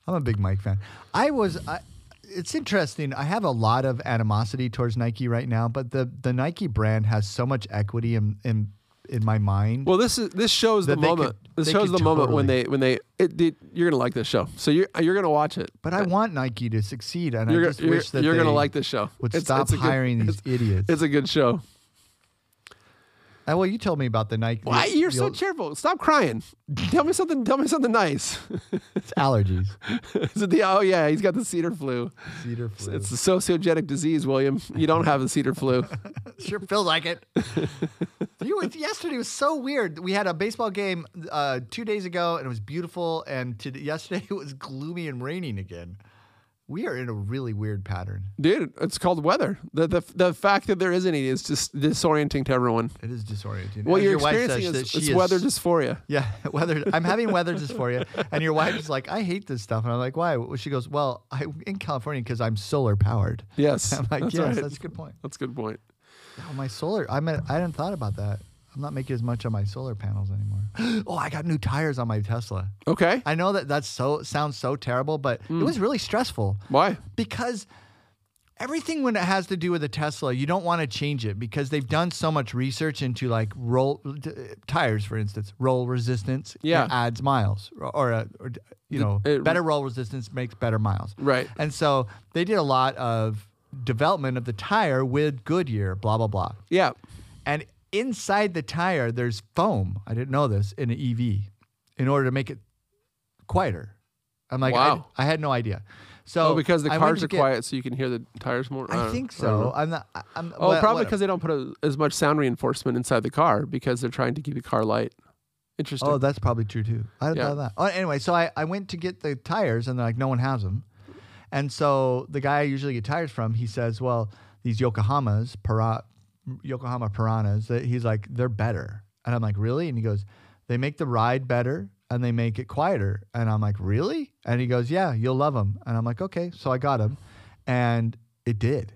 I'm a big Mike fan. I was I, it's interesting. I have a lot of animosity towards Nike right now, but the the Nike brand has so much equity in in, in my mind.
Well, this is this shows the
That they
moment.
could-
this
they
shows
could
the moment when
totally-
they when they it, it- you're gonna like this show. So you're you're gonna watch it. Uh,
but I want Nike to succeed, and
You're,
I
gonna-
just
you're,
wish that
you're
they
gonna like this show.
would
It's-
stop
it's a good-
hiring these idiots.
It's a good show.
Uh, well, you told me about the Nike.
Why
the-
you're
the
so
old-
cheerful? Stop crying. Tell me something. Tell me something nice. <laughs>
it's <laughs> allergies.
Is it the oh yeah he's got the cedar flu.
Cedar flu.
It's a sociogenic disease, William. You don't have the cedar
<laughs>
flu.
sure feels
<laughs>
like it. you were, yesterday was so weird. We had a baseball game uh, two days ago, and it was beautiful. And to, yesterday <laughs> it was gloomy and raining again. We are in a really weird pattern.
Dude, it's called weather. The, the the fact that there isn't any is just disorienting to everyone.
It is disorienting.
What
And
you're
your wife says
experiencing
that
is,
she
is
is-
weather dysphoria.
<laughs> Yeah, weather. I'm having weather dysphoria, and your wife is like, "I hate this stuff," and I'm like, "Why?" Well, She goes, "Well, I'm in California because I'm solar powered." <laughs>
Yes,
I'm like,
that's
"Yes,
right.
that's a good point."
That's a good point.
Oh, my solar. I'm. At, I hadn't thought about that. I'm not making as much on my solar panels anymore. <gasps> oh, I got new tires on my Tesla.
Okay.
I know that that's so sounds so terrible, but
Mm.
it was really stressful
Why?
because everything when it has to do with a Tesla, you don't want to change it because they've done so much research into like roll t- tires, for instance, roll resistance. it
Yeah.
adds miles, or, or, uh, or you know,
it-
better roll resistance makes better miles.
Right.
And so they did a lot of development of the tire with Goodyear, blah blah blah,
Yeah.
and inside the tire there's foam. I didn't know this in an EV, in order to make it quieter. I'm like, I-
Wow.
I, had no idea. So
Oh, because the
I went
cars
to
are
get-
quiet, so you can hear the tires more.
I
don't-
think
I don't know.
so. I'm not. I- I'm,
Oh,
well,
probably
what-
because they don't put a, as much sound reinforcement inside the car because they're trying to keep the car light. Interesting.
Oh, that's probably true too. I didn't
Yeah.
know that. Oh, anyway, so I, I went to get the tires, and they're like, no one has them. And so the guy I usually get tires from, he says, well, these Yokohamas, para, Yokohama Piranhas, that he's like, they're better. And I'm like, really? And he goes, they make the ride better and they make it quieter. And I'm like, really? And he goes, yeah, you'll love them. And I'm like, okay. So I got them, and it did.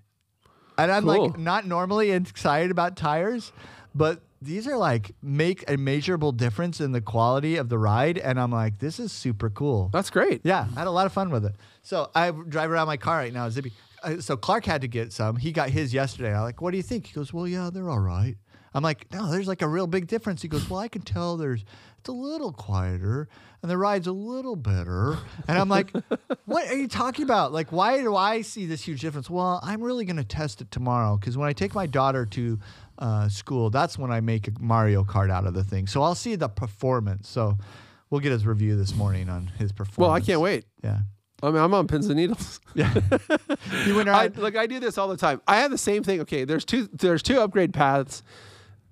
And I'm
Cool.
like not normally excited about tires, but these are like make a measurable difference in the quality of the ride. And I'm like, this is super cool.
that's great.
<laughs> Yeah, I had a lot of fun with it. So I drive around my car right now, Zippy. Uh, So Clark had to get some. He got his yesterday. I'm like, what do you think? He goes, well, yeah, they're all right. I'm like, no, there's like a real big difference. He goes, well, I can tell there's it's a little quieter and the ride's a little better. And I'm like, what are you talking about? Like, why do I see this huge difference? Well, I'm really going to test it tomorrow because when I take my daughter to uh, school, that's when I make a Mario Kart out of the thing. So I'll see the performance. So we'll get his review this morning on his performance.
Well, I can't wait.
Yeah.
I mean, I'm on pins and needles.
You went
I,
around.
like I do this all the time. I have the same thing. Okay, there's two. There's two upgrade paths.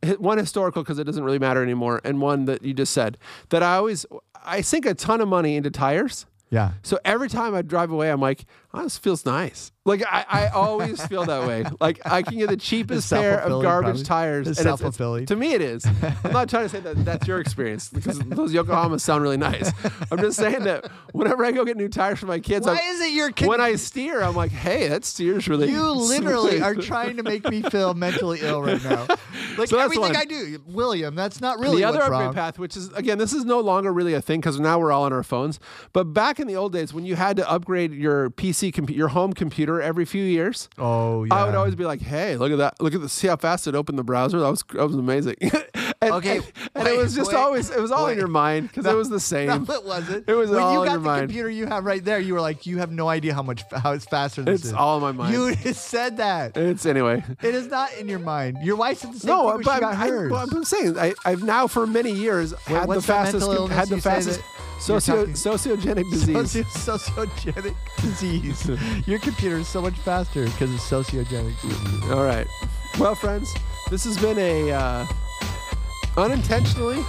Hi- One historical because it doesn't really matter anymore, and one that you just said that I always I sink a ton of money into tires.
yeah.
So every time I drive away, I'm like, oh, this feels nice. Like I, I always feel that
<laughs>
way. Like I can get the cheapest pair of
self-fulfilling,
garbage
probably.
tires.
It's self-fulfilling.
to me, it is. I'm not trying to say that that's your experience because those Yokohamas sound really nice. I'm just saying that whenever I go get new tires for my kids,
Why
I'm-
is it your kid?
when I steer, I'm like, hey, that steers <laughs> really.
you literally
smooth."
are trying to make me feel mentally ill
<laughs>
right now. Like
So that's
everything
one.
I do, William. That's not really
the other
what's
upgrade
wrong.
path, which is again, this is no longer really a thing because now we're all on our phones. But back in the old days, when you had to upgrade your PC, compu your home computer every few years,
Oh yeah.
I would
<laughs>
always be like, "Hey, look at that! Look at the see how fast it opened the browser. That was that was amazing." <laughs> and,
Okay,
and, and it
wait,
was just
wait,
always it was all in
wait.
your mind because it was the same.
No, it wasn't.
It was
when
all
you
in
got
your
the
mind.
computer you have right there. You were like, you have no idea how much how it's faster. This
It's
is.
all in my mind.
You <laughs> just said that.
It's anyway.
It is not in your mind. Your wife said the same
No,
thing when she
but
got
I,
hers.
what I'm saying, I, I've now for many years had the
what's that
fastest,
mental illness
had the
you say
fastest
that you're
socio,
talking-
sociogenic disease.
<laughs> Socio- sociogenic
<laughs>
disease. Your computer is so much faster because it's sociogenic. disease.
All right. Well, friends, this has been a uh, unintentionally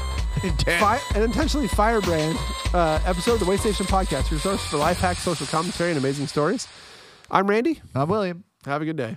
fi- an intentionally firebrand uh, episode of the Waystation Podcast, your source for life hacks, social commentary, and amazing stories. I'm Randy.
I'm William.
Have a good day.